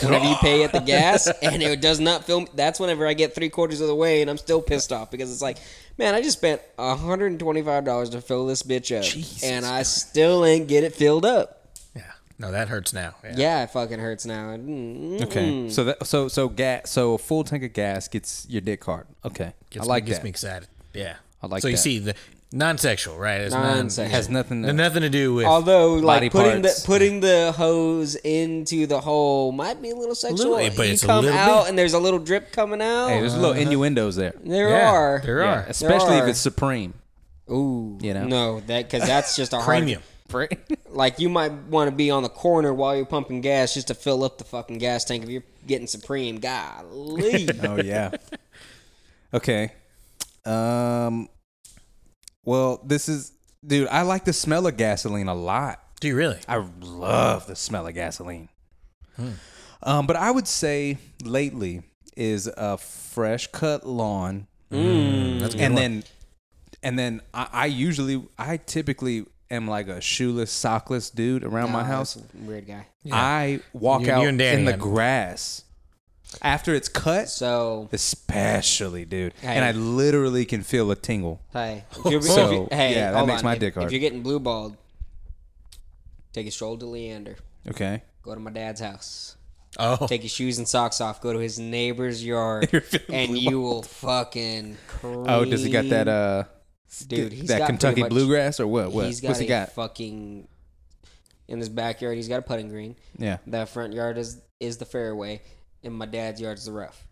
whatever you pay at the gas, and it does not film. That's whenever I get three quarters of the way, and I'm still pissed off because it's like, man, I just spent $125 to fill this bitch up, and I still ain't get it filled up. Yeah. No, that hurts now. Yeah. Yeah, it fucking hurts now. Mm, mm, Okay. mm. So that so so gas so a full tank of gas gets your dick hard. Okay. Gets I like me, gets that. me excited. Yeah. I like So you that. see the non-sexual, right? It's Non-sexual. Has nothing. To, Nothing, nothing to do with Although, like Body putting parts. the putting the hose into the hole might be a little sexual. bit, but you it's a come little out bit. and there's a little drip coming out. hey, there's little Uh-huh. innuendos there. there Yeah, are. There Yeah, are. especially are. if it's supreme. Ooh, You know? no, that because that's just a hard, Premium. Like you might want to be on the corner while you're pumping gas just to fill up the fucking gas tank if you're getting supreme. *laughs* Golly, oh yeah. Okay. Um. Well, this is, dude. I like the smell of gasoline a lot. Do you really? I love the smell of gasoline. Hmm. Um, but I would say lately is a fresh cut lawn, Mm, and then and then I, I usually I typically am like a shoeless, sockless dude around my Oh, house. that's a weird guy. I walk You- you out and Danny in the had- grass after it's cut, So especially, dude. And Hey. I literally can feel a tingle. hey, if you're, So, if you- hey, yeah, that hold makes on. my if, dick hard. If you're getting blue balled, take a stroll to Leander. Okay, Go to my dad's house. Oh. take your shoes and socks off, go to his neighbor's *laughs* yard, and you will fucking. Cream. Oh, does he got that uh dude? He's that got Kentucky pretty much- bluegrass or what? What? He's got What's a he got? fucking. In his backyard, he's got a putting green. Yeah. That front yard is is the fairway, and my dad's yard's the rough.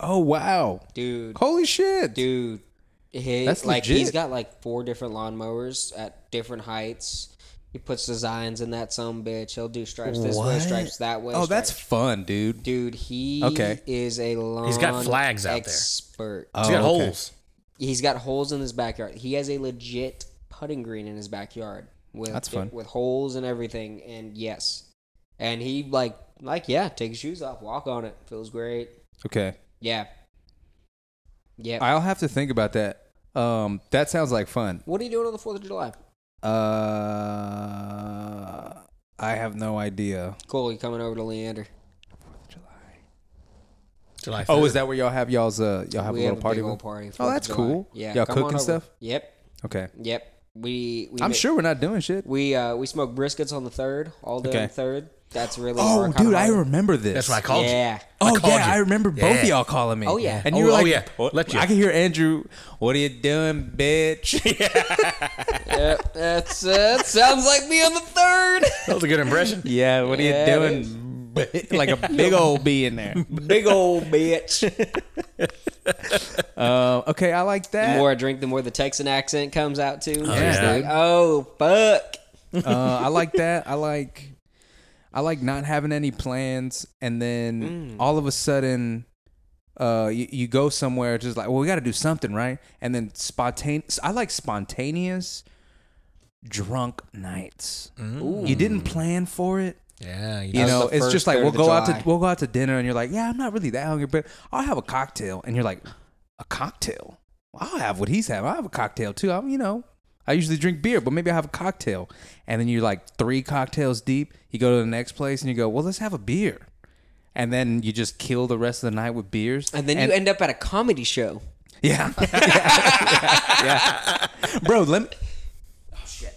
Oh wow! Dude, Holy shit! dude, he, That's like he's legit. got like four different lawnmowers at different heights. He puts designs in that some bitch. He'll do stripes this way, What? stripes that way. Oh, that's stripes- fun, dude. Dude, he Okay. is a lawn. got flags out there. expert. Oh, It's got okay. holes. He's got holes in his backyard. He has a legit putting green in his backyard with That's fun. with holes and everything. And yes, and he like like yeah, take his shoes off, walk on it, feels great. Okay, Yeah, yeah. I'll have to think about that. Um, that sounds like fun. what are you doing on the Fourth of July? Uh, I have no idea. Cool, you coming over to Leander? July Oh, is 3rd. that where y'all have y'all's? Uh, y'all have a little big party. old with- party. Oh, 4th of that's July. cool. Yeah, y'all come on cooking over. stuff. Yep, Okay, yep. We, we I'm ma- sure we're not doing shit. we uh we smoke briskets on the third all day on Okay. the third. That's really our Oh, kind of dude, I holiday. remember this. That's why I called you. Yeah. I Oh called yeah, you. I remember both Yeah. of y'all calling me. Oh, yeah. and you Oh, were oh, like, yeah. "What- Let you." I can hear Andrew. What are you doing, bitch? *laughs* Yep, that's uh, it sounds like me on the third. That was a good impression. *laughs* yeah, what are Yeah, it you doing? bi- *laughs* like a big old bee in there. *laughs* Big old bitch. *laughs* Uh, okay, I like The that. more I drink, the more the Texan accent comes out too. Oh, yeah. like, oh fuck. *laughs* Uh, I like that. I like. I like not having any plans, and then all of a sudden, uh, you, you go somewhere just like, well, we got to do something, right? And then spontaneous. I like spontaneous, drunk nights. You didn't plan for it. Yeah. You you just- That know, was the it's first just like third we'll of the go out to July. we'll go out to dinner, and you're like, yeah, I'm not really that hungry, but I'll have a cocktail, and you're like, a cocktail. I'll have what he's having. I'll have a cocktail too. I'm, you know, I usually drink beer, but maybe I'll have a cocktail. And then you're like three cocktails deep. You go to the next place and you go, well, let's have a beer. And then you just kill the rest of the night with beers. And then you end up at a comedy show. Yeah. *laughs* yeah. yeah. Bro, let me Oh shit.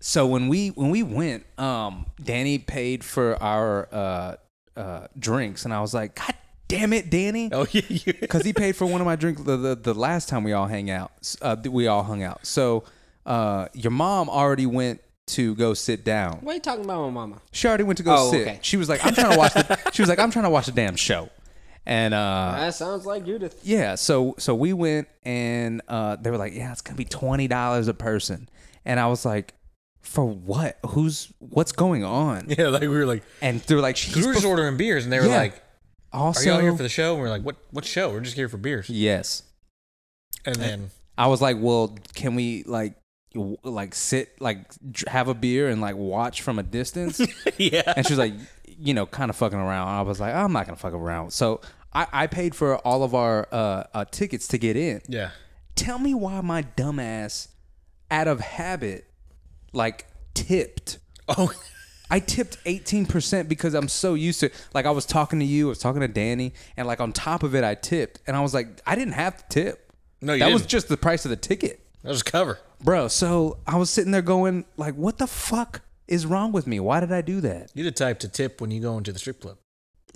So when we when we went, um, Danny paid for our uh uh drinks and I was like, God damn it, Danny. oh, yeah. you- *laughs* Cause he paid for one of my drinks the, the, the last time we all hang out. Uh, we all hung out. So uh your mom already went to go sit down. What are you talking about, my mama? She already went to go Oh, sit. okay. She was like, I'm trying to watch the she was like, I'm trying to watch the damn show. And uh That sounds like *laughs* Judith. yeah, so so we went and uh, they were like, yeah, it's gonna be twenty dollars a person, and I was like, for what? Who's what's going on? *laughs* Yeah. Like, we were like, And they were like, she's because we were just bef- ordering beers, and they were Yeah. like, are also y'all here for the show? And we are like, what, what show? We're just here for beers. yes. And *laughs* then, I was like, well, can we like w- like sit like dr- have a beer and like watch from *laughs* a distance? yeah. and she was like, you know, kind of fucking around. I was like, I'm not gonna fuck around. So I, I paid for all of our uh, uh, tickets to get in. Yeah. tell me why my dumbass, out of habit, like tipped. Oh, *laughs* I tipped 18% because I'm so used to like I was talking to you, I was talking to Danny, and like on top of it I tipped and I was like I didn't have to tip. No, you That was didn't. just the price of the ticket. that was cover. Bro, so I was sitting there going like what the fuck is wrong with me? Why did I do that? You the type to tip when you go into the strip club.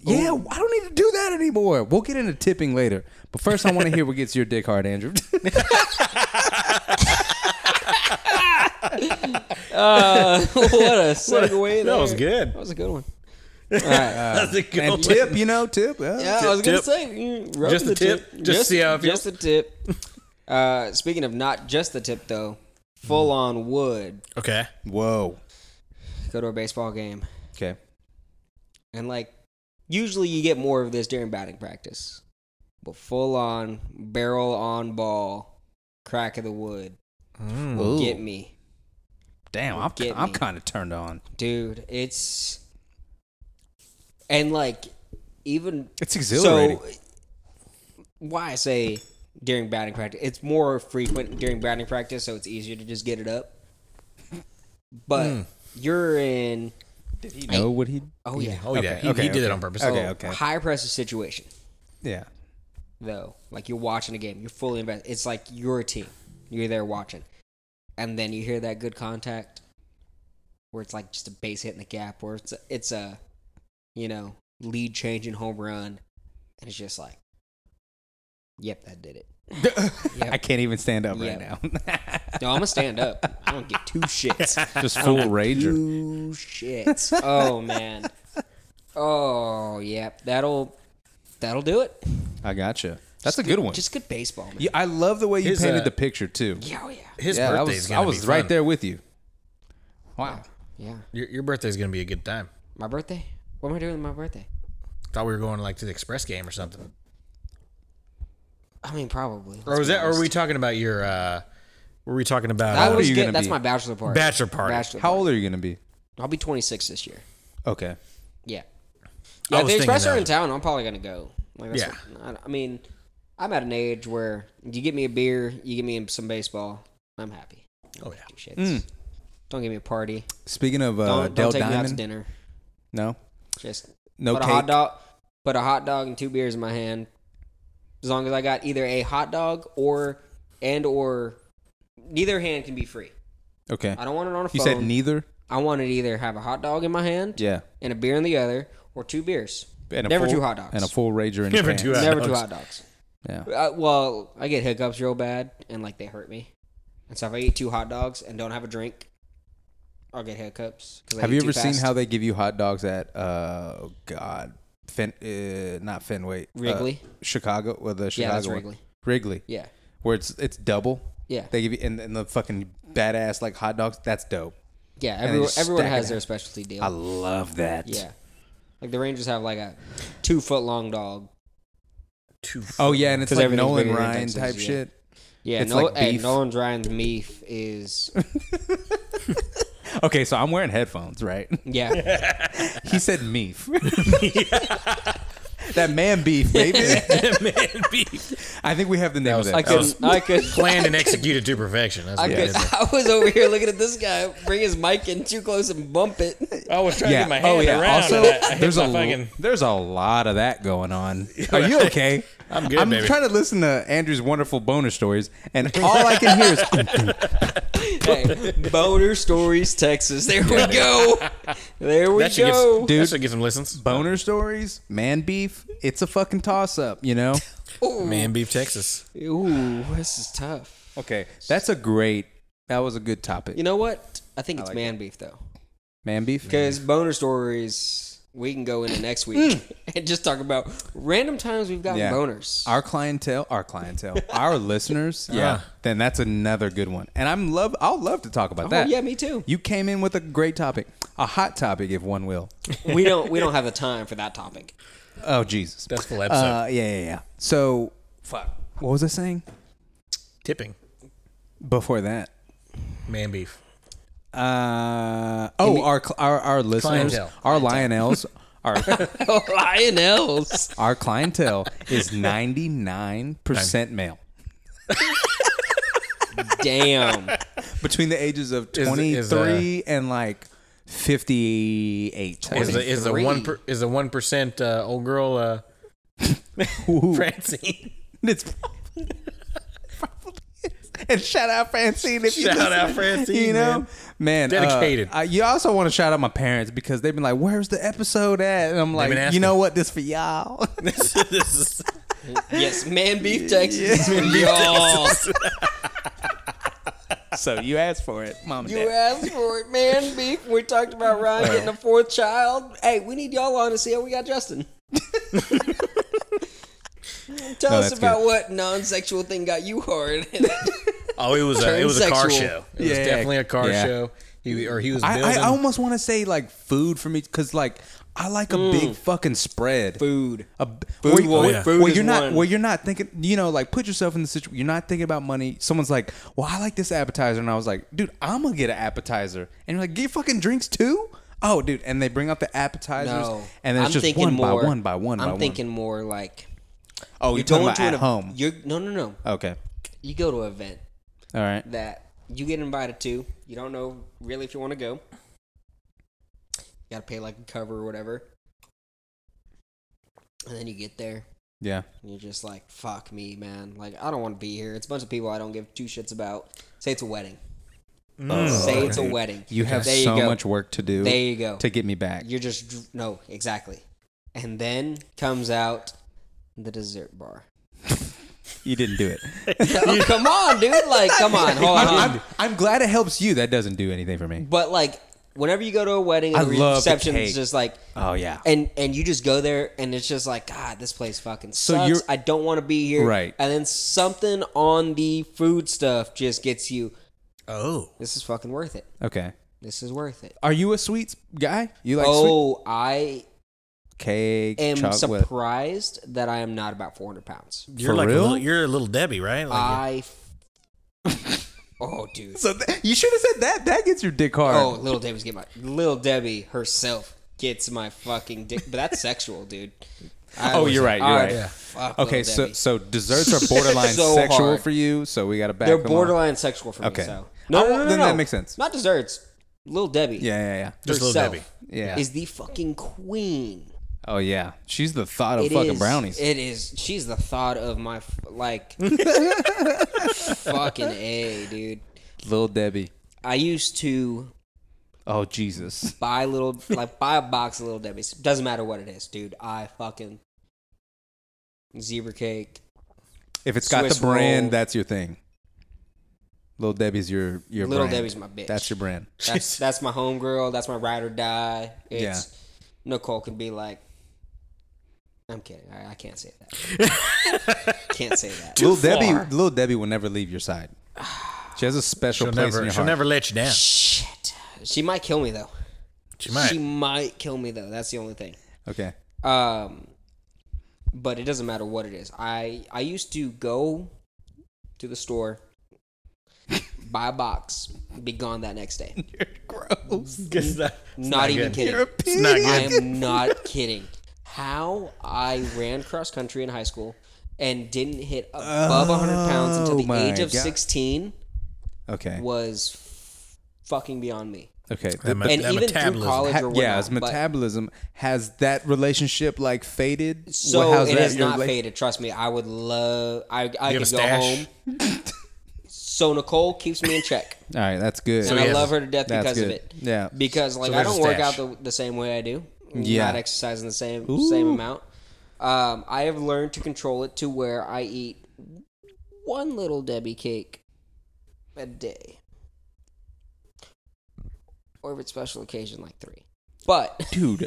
Oh. Yeah, I don't need to do that anymore. We'll get into tipping later. But first I want to hear what gets your dick hard, *laughs* Andrew. Uh, what a *laughs* segue. That was there. Uh, good. That was a good one. All right. How's it and going? tip, you know, tip. Yeah. Yeah, I was gonna tip. say mm, rub Just the a tip. tip. Just see how it just the tip. Uh, speaking of not just the tip though, full on wood. *laughs* Okay. Whoa. Go to a baseball game Okay. and like usually you get more of this during batting practice, but full on barrel on ball crack of the wood Hmm. will Ooh. get me, Damn, I'm, Get I'm me. kind of turned on. dude. It's and like even It's exhilarating. So, why I say during batting practice, it's more frequent during batting practice, so it's easier to just get it up. But Hmm. you're in did he know what he? oh yeah, Oh yeah. Okay, He, okay, he did it okay. on purpose. Okay. So, high pressure situation Yeah. though. Like you're watching a game, you're fully invested. It's like you're a team. You're there watching, and then you hear that good contact, where it's like just a base hit in the gap, or it's a, it's a, you know, lead changing home run, and it's just like, yep, that did it. I can't even stand up Yep. right now. No, I'm gonna stand up. I don't give two shits. *laughs* *laughs* Just full rager. Two shits. Oh man. Oh yep. That'll that'll do it. I gotcha. That's a good one. Just good baseball, man. Yeah, I love the way you His, painted uh, the picture too. Yeah, oh, yeah. His yeah, I birthday's was, gonna I was be right fun. there with you. Wow. Yeah. Your, your birthday's gonna be a good time. My birthday? What am I doing on my birthday? Thought we were going like to the express game or something. I mean probably. Or was that? Or were we talking about your? uh Were we talking I about uh, old was are you get- gonna that's be? my bachelor party. bachelor party? Bachelor How party. old are you gonna be? I'll be twenty six this year. Okay. I Yeah. Yeah, if was the thinking express are that. in town, I'm probably gonna go. Like that's Yeah. what- I, I mean, I'm at an age where you get me a beer, you get me some baseball, I'm happy. Oh yeah. Shits. Don't give me a party. Speaking of uh, Mm. Don't, don't Dell take me out to Diamond, dinner. no, Just no put cake. a hot dog, put a hot dog and two beers in my hand. As long as I got either a hot dog or and or neither hand can be free. Okay. I don't want it on a You phone. said neither. I want to either have a hot dog in my hand Yeah. and a beer in the other, or two beers. And a Never full- two hot dogs. And a full rager in Never your two pants. hot Never two dogs. hot dogs. Yeah. Uh, well, I get hiccups real bad, and like they hurt me. And so if I eat two hot dogs and don't have a drink, I'll get hiccups. 'cause I Have eat you too ever seen fast. how they give you hot dogs at uh oh God, Fen, uh, not Fenway, uh, Wrigley? Chicago, or the Chicago Yeah, that's one. Wrigley. Wrigley, Yeah, where it's it's double. yeah, They give you and, and the fucking badass like hot dogs. That's dope. yeah. Everyone, just everyone stack it has out. their specialty deal. I love that. yeah, like the Rangers have like a two foot long dog. Two. Oh yeah, and it's 'Cause like everything's Nolan bigger than Ryan Texas, type yeah. shit. Yeah, It's no, like hey, beef. Nolan Ryan's meat is Okay, so I'm wearing *laughs* headphones, right? yeah, he said meef. *laughs* that man beef, baby. *laughs* *laughs* man beef. I think we have the name of was that. I like- *laughs* could, was- I could, Planned and executed to perfection. That's I what could. I was over here looking at this guy bring his mic in too close and bump it. *laughs* I was *laughs* trying yeah. to get my hand oh yeah. around. also, and *laughs* I, I hit there's my a l- fucking. there's a lot of that *laughs* going on. Are you okay? I'm good, I'm baby. trying to listen to Andrew's wonderful bonus stories, and all I can hear is *laughs* hey, boner stories, Texas. There we go. There we That should, go. get, dude. that should get some listens. boner stories, man beef. It's a fucking toss up, *laughs* you know. Man beef Texas. Ooh, this is tough. Okay, that's a great. That was a good topic. You know what? I think it's man beef though, man beef. because boner stories we can go into next week *laughs* and just talk about random times we've gotten Mm. Yeah. boners. Our clientele, our clientele, *laughs* our listeners. Yeah. Ah. Then that's another good one, and I'm love. I'll love to talk about oh that. yeah, me too. You came in with a great topic, a hot topic, if one will. We don't we don't have the time for that topic. Oh Jesus. That's full episode. Uh, yeah, yeah, yeah. So, *laughs* fuck. What was I saying Tipping. before that? Man beef. Uh, oh, our cl- our our listeners, Clientele. *laughs* our Lionels, our Lionels. our clientele is ninety nine percent male. Damn. between the ages of Is- is, uh, 23 and like 58. Is the is the one per, is the one percent uh, old girl uh, *laughs* Francine? It's probably, is. And shout out Francine if you Shout listen. out Francine, You know, man, uh, Dedicated. I- you also want to shout out my parents because they've been like, "Where's the episode at?" And I'm like, been "You asking. know what? This *laughs* for y'all." *laughs* this is yes, man, beef Texas. Y'all, so you asked for it, mom. And you dad. asked for it, man beef. We talked about Ryan getting a fourth child. Hey, we need y'all on to see how we got *laughs* Justin. Tell No, us that's about good. what non-sexual thing got you *laughs* hard. oh, it was a, it was a car Transsexual. show. It was Yeah. definitely a car Yeah. show. He or he was building. I, I almost want to say like food for me because like I like a big fucking spread. Food. A b- Food where- will- where- yeah. food where is you're not one. where you're not thinking you know like put yourself in the situation you're not thinking about money someone's like well I like this appetizer and I was like dude I'm gonna get an appetizer and you're like get fucking drinks too oh dude and they bring up the appetizers No, and then it's I'm just thinking one more- by one by one by I'm one. thinking more like oh you're, talking about at an, home You're no, no, no. okay You go to an event all right that you get invited to. You don't know really if you want to go. You gotta pay like a cover or whatever. And then you get there, yeah and you're just like, "Fuck me, man! Like I don't want to be here. It's a bunch of people I don't give two shits about." Say it's a wedding. Say it's a wedding. Oh, you have There so go. much work to do There you go. to get me back You're just dr- no, exactly. And then comes out the dessert bar. *laughs* you didn't do it Oh, come on, dude! Like, come on, hold on. hold on. I'm, I'm glad it helps you that doesn't do anything for me But like, whenever you go to a wedding, I and the love the reception cake. is just like, Oh yeah. and and you just go there, and it's just like, God, this place fucking sucks. So you're- I don't want to be here. Right. And then something on the food stuff just gets you. oh, This is fucking worth it. okay. This is worth it. Are you a sweets guy? You like sweet oh, I cake, am chocolate. surprised that I am not about 400 pounds. you're For like real? A little, you're a little Debbie, right? Like, I. f- *laughs* oh, dude. so th- you should have said that. That gets your dick hard. Oh, little Debbie's get my little Debbie herself gets my fucking dick. But that's sexual, dude. I *laughs* Oh, was- you're right, you're I right. would Fuck okay, Lil so oh, Debbie. so *laughs* desserts are borderline So sexual hard. for you, so we got to back they're them off. borderline sexual for me. Okay. So Oh, then that makes sense. Not desserts. Little Debbie. Yeah, yeah, yeah. Just Lil herself Debbie. Yeah. Is the fucking queen. Oh yeah. She's the thought of It Oh, fucking is- brownies. It is. She's the thought of my f- *laughs* like fucking a dude. Little Debbie. I used to Oh Jesus. buy little like buy a box of little Debbie's. Doesn't matter what it is, dude. I fucking zebra cake. If it's got Swiss the brand, roll. that's your thing. Little Debbie's your your Little brand. Debbie's my bitch. That's your brand. That's that's my homegirl. That's my ride or die. It's, Nicole can be like, I'm kidding. I, I can't say that. can't say that. Little far. Debbie. Little Debbie will never leave your side. She has a special she'll place never in your she'll heart. never let you down. Shit. She might kill me though. She might. *laughs* She might kill me though. That's the only thing. Okay. Um, but it doesn't matter what it is. I I used to go to the store, buy a box, be gone that next day. Gross. It's not, it's Not even good. kidding. It's not I good. am not kidding. How I ran cross country in high school and didn't hit above 100 pounds until Oh the my age of God. 16 Okay. was f- fucking beyond me. Okay. That me- And that even through metabolism. college Ha- or whatnot. yeah, his but- metabolism has that relationship like faded. so Well, how's it that is your not rela- faded. Trust me, I would love. I I You could got a go stash? home. so Nicole keeps me in check, All right, that's good. and I yes. love her to death That's because of good. it. Yeah. because like I there's a don't work out stash. the, the same way I do. Yeah. not exercising the same same amount. Um, I have learned to control it to where I eat one little Debbie cake a day, or if it's special occasion, like three. But dude.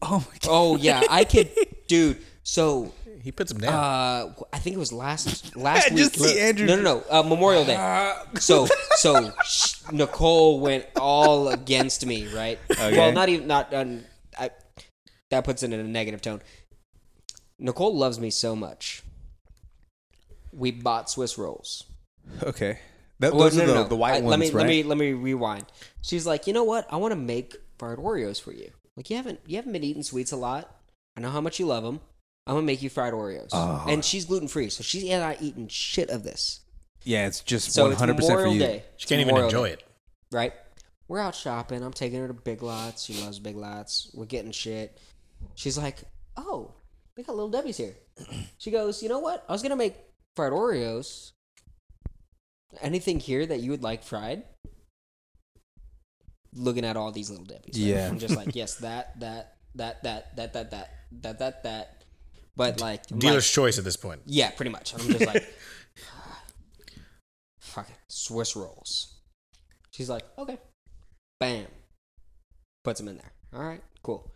Oh my god. oh yeah, I could, dude. So He puts him down. uh, I think it was *laughs* last last I week. just see Andrew- No, no, no. Uh, Memorial *laughs* Day. So, so sh- Nicole went all against me, right? Okay. Well, not even not. Um, I, that puts it in a negative tone. Nicole loves me so much. We bought Swiss rolls. Okay. That, Well, those are the, the white I- ones, Let me right? let me let me rewind. She's like, you know what? I want to make fried Oreos for you. Like you haven't you haven't been eating sweets a lot. I know how much you love Uh-huh. them. I'm gonna make you fried Oreos, and she's gluten free, so she and I eating shit of this. Yeah, it's just So one hundred it's percent for Memorial you. Day. She It's can't even Memorial enjoy Day, it. Right? We're out shopping. I'm taking her to Big Lots. She loves Big Lots. We're getting shit. She's like, oh, they got little Debbie's here. *clears throat* She goes, you know what? I was going to make fried Oreos. Anything here that you would like fried? Looking at all these little Debbie's. right? Yeah. I'm just like, yes, that, that, that, that, that, that, that, that, that, that. But like, Dealer's like- choice at this point. yeah, pretty much. I'm *laughs* just like, *sighs* fuck it, Swiss rolls. She's like, okay, bam, puts them in there. All right, cool.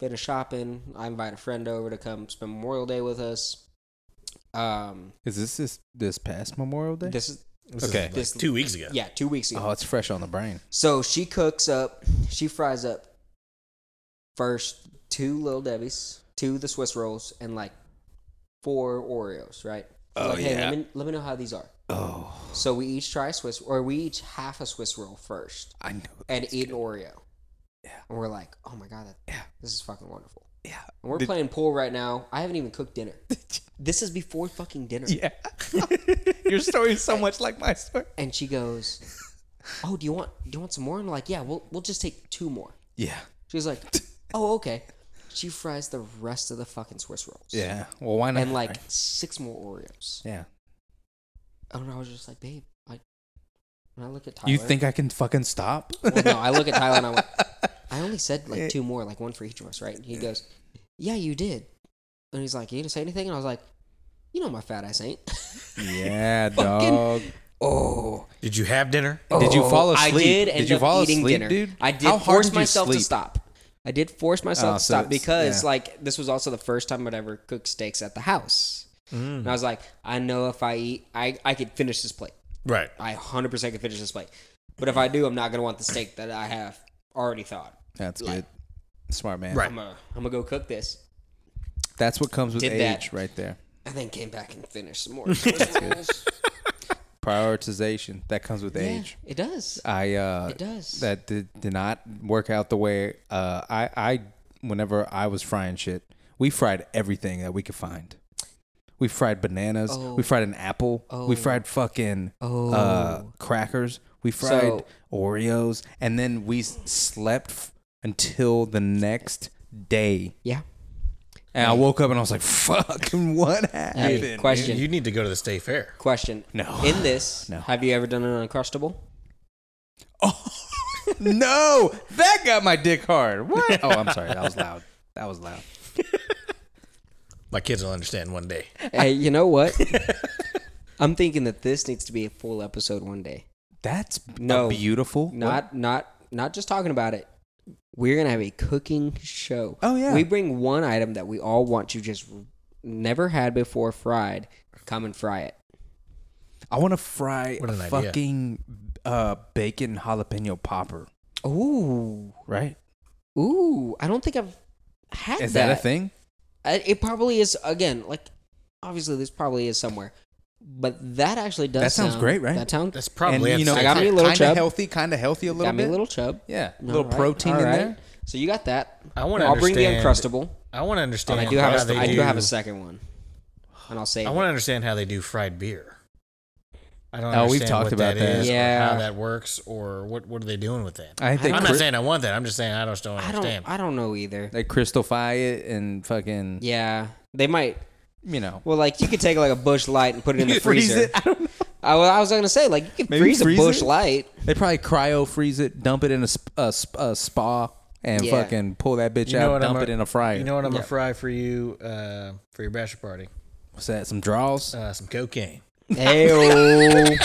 Finish shopping. I invite a friend over to come spend Memorial Day with us. Um, Is this this this past Memorial Day? this is This is Okay. like This- two weeks ago. yeah, two weeks ago. oh, it's fresh on the brain. So she cooks up, she fries up first two little Debbie's, two the Swiss rolls, and like four Oreos, right? Oh, like, hey, yeah. let me let me know how these are. Oh, So we each try a Swiss, or we each half a Swiss roll first, I know. and eat an Oreo. Yeah. And we're like, oh my god, that, Yeah. this is fucking wonderful. Yeah, And we're *laughs* Did- playing pool right now. I haven't even cooked *laughs* dinner. this is before fucking dinner. *laughs* Yeah, your story is so much like my story. And she goes, oh, do you want do you want some more? I'm like, yeah, we'll we'll just take two more. Yeah, She's like, oh, okay. She fries the rest of the fucking Swiss rolls. yeah. Well, why not? And like right? six more Oreos. yeah. And I was just like, babe, I, when I look at Tyler. You think I can *laughs* fucking stop? Well, no, I look at Tyler and I *laughs* went, I only said like two more, like one for each of us, right? And he goes, yeah, you did. And he's like, you didn't say anything? And I was like, you know my fat ass ain't. *laughs* yeah, Fucking- dog. Oh. Did you have dinner? Did you Oh, fall I asleep? did, Did end you up fall eating asleep, dinner. dude? I did How hard force did you myself to sleep? stop. I did force myself Oh, to so stop it's- because yeah. like this was also the first time I'd ever cooked steaks at the house. Mm. And I was like, I know if I eat, I, I could finish this plate. Right. I 100% could finish this plate. But if I do, I'm not going to want the steak that I have already thought. That's good. Smart man. Right. I'm going I'm to go cook this. That's what comes with Did age, that. right there. And then came back and finished some *laughs* more. yeah, Prioritization that comes with age. it does. I uh, It does. that did, did not work out the way uh, I I whenever I was frying shit, we fried everything that we could find. We fried bananas. Oh. We fried an apple. We Oh. fried fucking uh, Oh. crackers. We fried So- Oreos, and then we s- slept f- until the next day. yeah. And I woke up and I was like, "Fucking *laughs* what happened?" Hey, question. You need to go to the state fair. Question. No. In this, No. have you ever done an uncrustable? *laughs* Oh, no, that got my dick hard. What? Oh, I'm sorry. That was loud. That was loud. My kids will understand one day. hey, you know *laughs* what? I'm thinking that this needs to be a full episode one day. That's No. a beautiful. Not not not just talking about it. We're gonna have a cooking show. Oh, yeah. We bring one item that we all want you just never had before fried. Come and fry it. I want to fry What a an idea. fucking uh, bacon jalapeno popper. Ooh. Right? Ooh. I don't think I've had Is that, a thing? I- It probably is again, like obviously this probably is somewhere. But that actually does That sounds sound- great, right? That sounds That's probably and, you know, I got me a little kind chub. of healthy, kind of healthy a little got me bit. a little chub. yeah, a All little right, protein all in right. there. So you got that. I wanna I'll bring the understand- uncrustable. I want to And understand. Oh, I do have how a, they I do have a second one, and I'll say I want to understand how they do fried beer. I don't. Oh, understand we've talked what about that. is or Yeah. how that works, or what what are they doing with that? I I think I'm don't- not saying I want that. I'm just saying I just don't I don't understand. I don't know either. they crystalify it and fucking Yeah, they might. you know Well, like you could take like a bush light and put it in *laughs* the freeze freezer. it. I don't know. I, well, I was gonna say like you could Maybe freeze, freeze a bush it? *laughs* light. They probably cryo freeze it, dump it in a, sp- a, sp- a spa, and Yeah. fucking pull that bitch out, dump it in a fryer. You know what I'm gonna fry for you uh, for your bachelor party? What's that? Some draws. Uh, some cocaine. *laughs* Hey,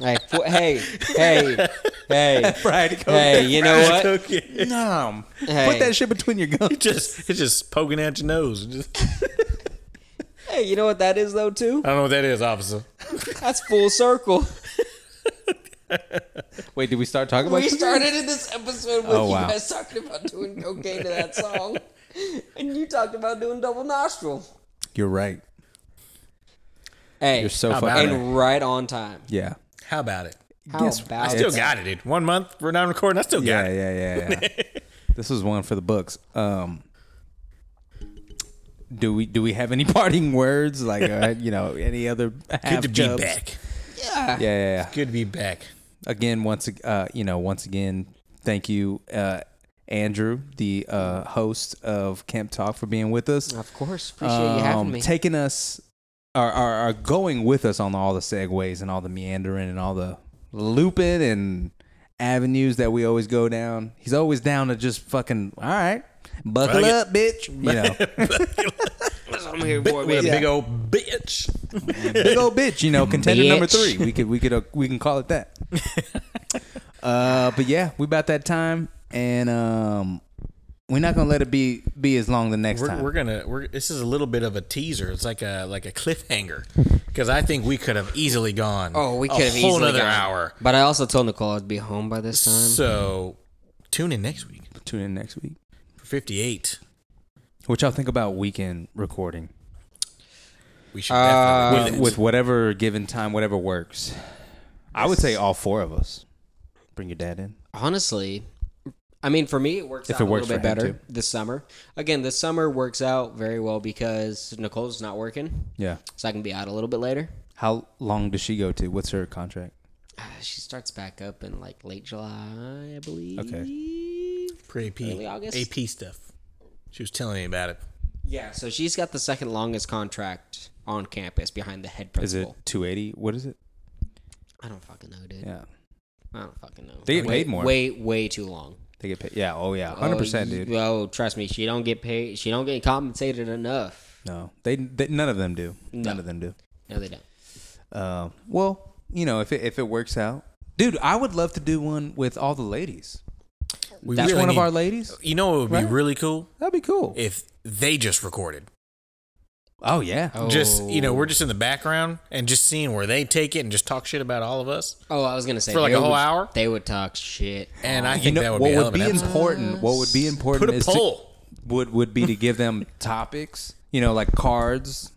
hey, fo- hey, hey, hey, Fried hey! You know *laughs* what? Cocaine. Nom. Hey. Put that shit between *laughs* your gums. Just it's just poking at your nose. Just- Hey, you know what that is though too? I don't know what that is, officer. That's full circle. Wait, did we start talking *laughs* about We started in this episode with Oh, you wow. guys talking about doing cocaine to that *laughs* song, and you talked about doing double nostril. You're right. Hey, You're so How about fucking. it? and right on time. Yeah. How about it? How Yes, about I it? still got it, dude. One month we're not recording. I still got Yeah, it. yeah, yeah, yeah. this was one for the books. Um, do we do we have any *laughs* parting words like uh, you know any other half *laughs* Good to be jubs? back. Yeah, yeah, yeah. Good to be back. Again, once ag- uh, you know, once again, thank you, uh, Andrew, the uh, host of Camp Talk, for being with us. Of course. Appreciate you having um, me. Taking us are, are are going with us on all the segues and all the meandering and all the looping and avenues that we always go down. He's always down to just fucking all right, buckle Fuck it. up, bitch. You *laughs* know, I'm here for, With baby. a big old bitch. big old bitch. You know, contender number Bitch. three. We could we could uh, we can call it *laughs* that. uh, but yeah, we about that time, and um, we're not gonna let it be be as long the next We're, time. we're gonna. We're. This is a little bit of a teaser. It's like a like a cliffhanger, because I think we could have easily gone. Oh, we a could have whole easily another gone. hour. But I also told Nicole I'd be home by this time. So, tune in next week Tune in next week. for fifty eight. What y'all think about weekend recording? We should definitely Uh, do with, that. with whatever given time, whatever works. I would say all four of us. Bring your dad in. honestly, I mean, for me, it works If out it a works little bit for him, better too. this summer. Again, this summer works out very well because Nicole's not working, Yeah. so I can be out a little bit later. *sighs* How long does she go to? What's her contract? Ah, She starts back up in like late July, I believe. pre AP early August? AP stuff. She was telling me about it. Yeah, so she's got the second longest contract on campus behind the head Is it principal. 280? What is it? I don't fucking know, dude. Yeah. I don't fucking know. They get Way- paid more. Way, way too long. They get paid. Yeah. Oh, Uh, yeah. 100%, Oh, dude. you- Oh, trust me, she don't get paid. She don't get compensated enough. No. They, they None of them do. None of them do. No, they don't. Uh, well, you know, if it, if it works out. Dude, I would love to do one with all the ladies. We That's one of need- our ladies. You know, it would be Right? really cool That'd be cool. if they just recorded. oh, yeah. Just you know, we're just in the background and just seeing where they take it and just talk shit about all of us. Oh, I was gonna say For like they a whole would- hour? They would talk *laughs* shit. And I You think know, that would what be a hell would of an be episode. important. What would be important Put a is to- poll. would would be to give *laughs* them topics, you know, like cards,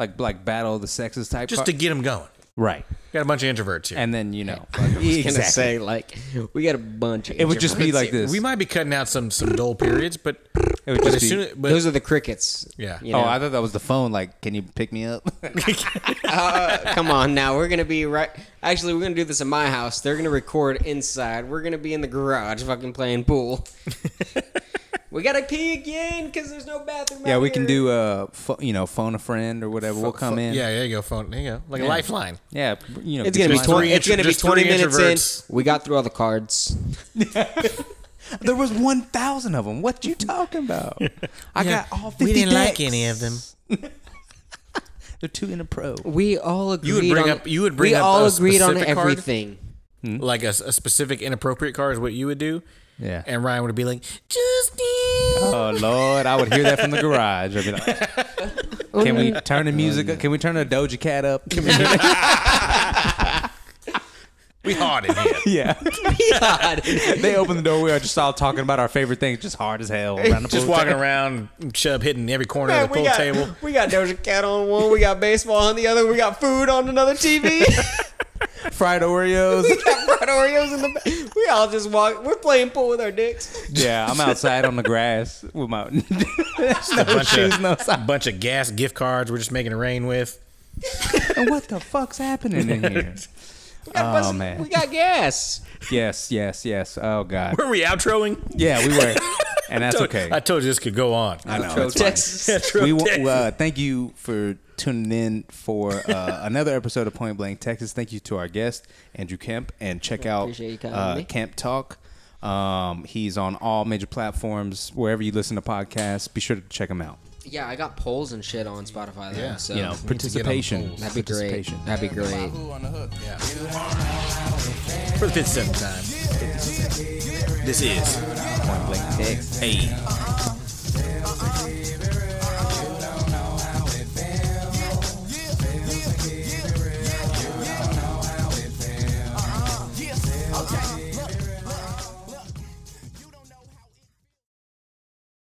like like battle of the sexes type, just to get them going. right, Got a bunch of introverts here. and then you know, *laughs* *laughs* I was gonna say like we got a bunch. Of it would just be introverts like here. this. we might be cutting out some some dull periods, but it would but just as be, soon as, but Those are the crickets. Yeah. you oh, know. I thought that was the phone. Like, can you pick me up? *laughs* Uh, come on now. We're gonna be right. Actually, we're gonna do this in my house. They're gonna record inside. We're gonna be in the garage, fucking playing *laughs* pool. we gotta pee again because there's no bathroom. yeah, out we can here. do uh, pho- you know, phone a friend or whatever. we'll come in. yeah, there you go, phone. There you go, like a lifeline. Oh, yeah, you know, It's gonna be just my- twenty. three It's intro- gonna be just three twenty minutes introverts. in. We got through all the cards. There was one thousand of *laughs* them. What you talking about? I Yeah, got all fifty. we didn't like decks. any of *laughs* them. They're two in a pro. We all agreed. You would bring on, up- you would bring we up all a agreed on specific card? everything. Like a, a specific inappropriate card is what you would do. Yeah. and Ryan would be like, Justin. *laughs* Oh Lord, I would hear that from the garage. I'd be like, Oh "Can *laughs* we turn the music? up? Can we turn the Doja Cat up?" We hard in here. *laughs* yeah. God. *laughs* They opened the door. We were just all talking about our favorite things, just hard as hell around the Just pool walking table. around, Chubb hitting every corner Man, of the pool got, *laughs* table. We got Doja Cat on one, we got baseball on the other, we got food on another *laughs* TV, fried Oreos. we got fried Oreos in the back. We all just walk. We're playing pool with our dicks. *laughs* yeah, I'm outside on the grass with my *laughs* a bunch shoes, of no a socks. bunch of gas gift cards. We're just making it rain with. And what the fuck's happening in *laughs* here? We got, Oh, bus- man. We got gas. Yes, yes, yes. Oh God. Were we outroing? Yeah, we *laughs* were, and that's Told- okay. I told you this could go on. I know. it's fine. *laughs* *laughs* Texas. we wa- uh, thank you for tuning in for uh, *laughs* another episode of Point Blank Texas. Thank you to our guest Andrew Kemp, and check out appreciate you coming, uh, me. Kemp Talk. Um, he's on all major platforms wherever you listen to podcasts. Be sure to check him out. Yeah, I got polls and shit on Spotify. Though, Yeah. so You know, participation. polls. that'd be great. participation. That'd be great. For the fifth, seventh time. This is Point Blank Texas. a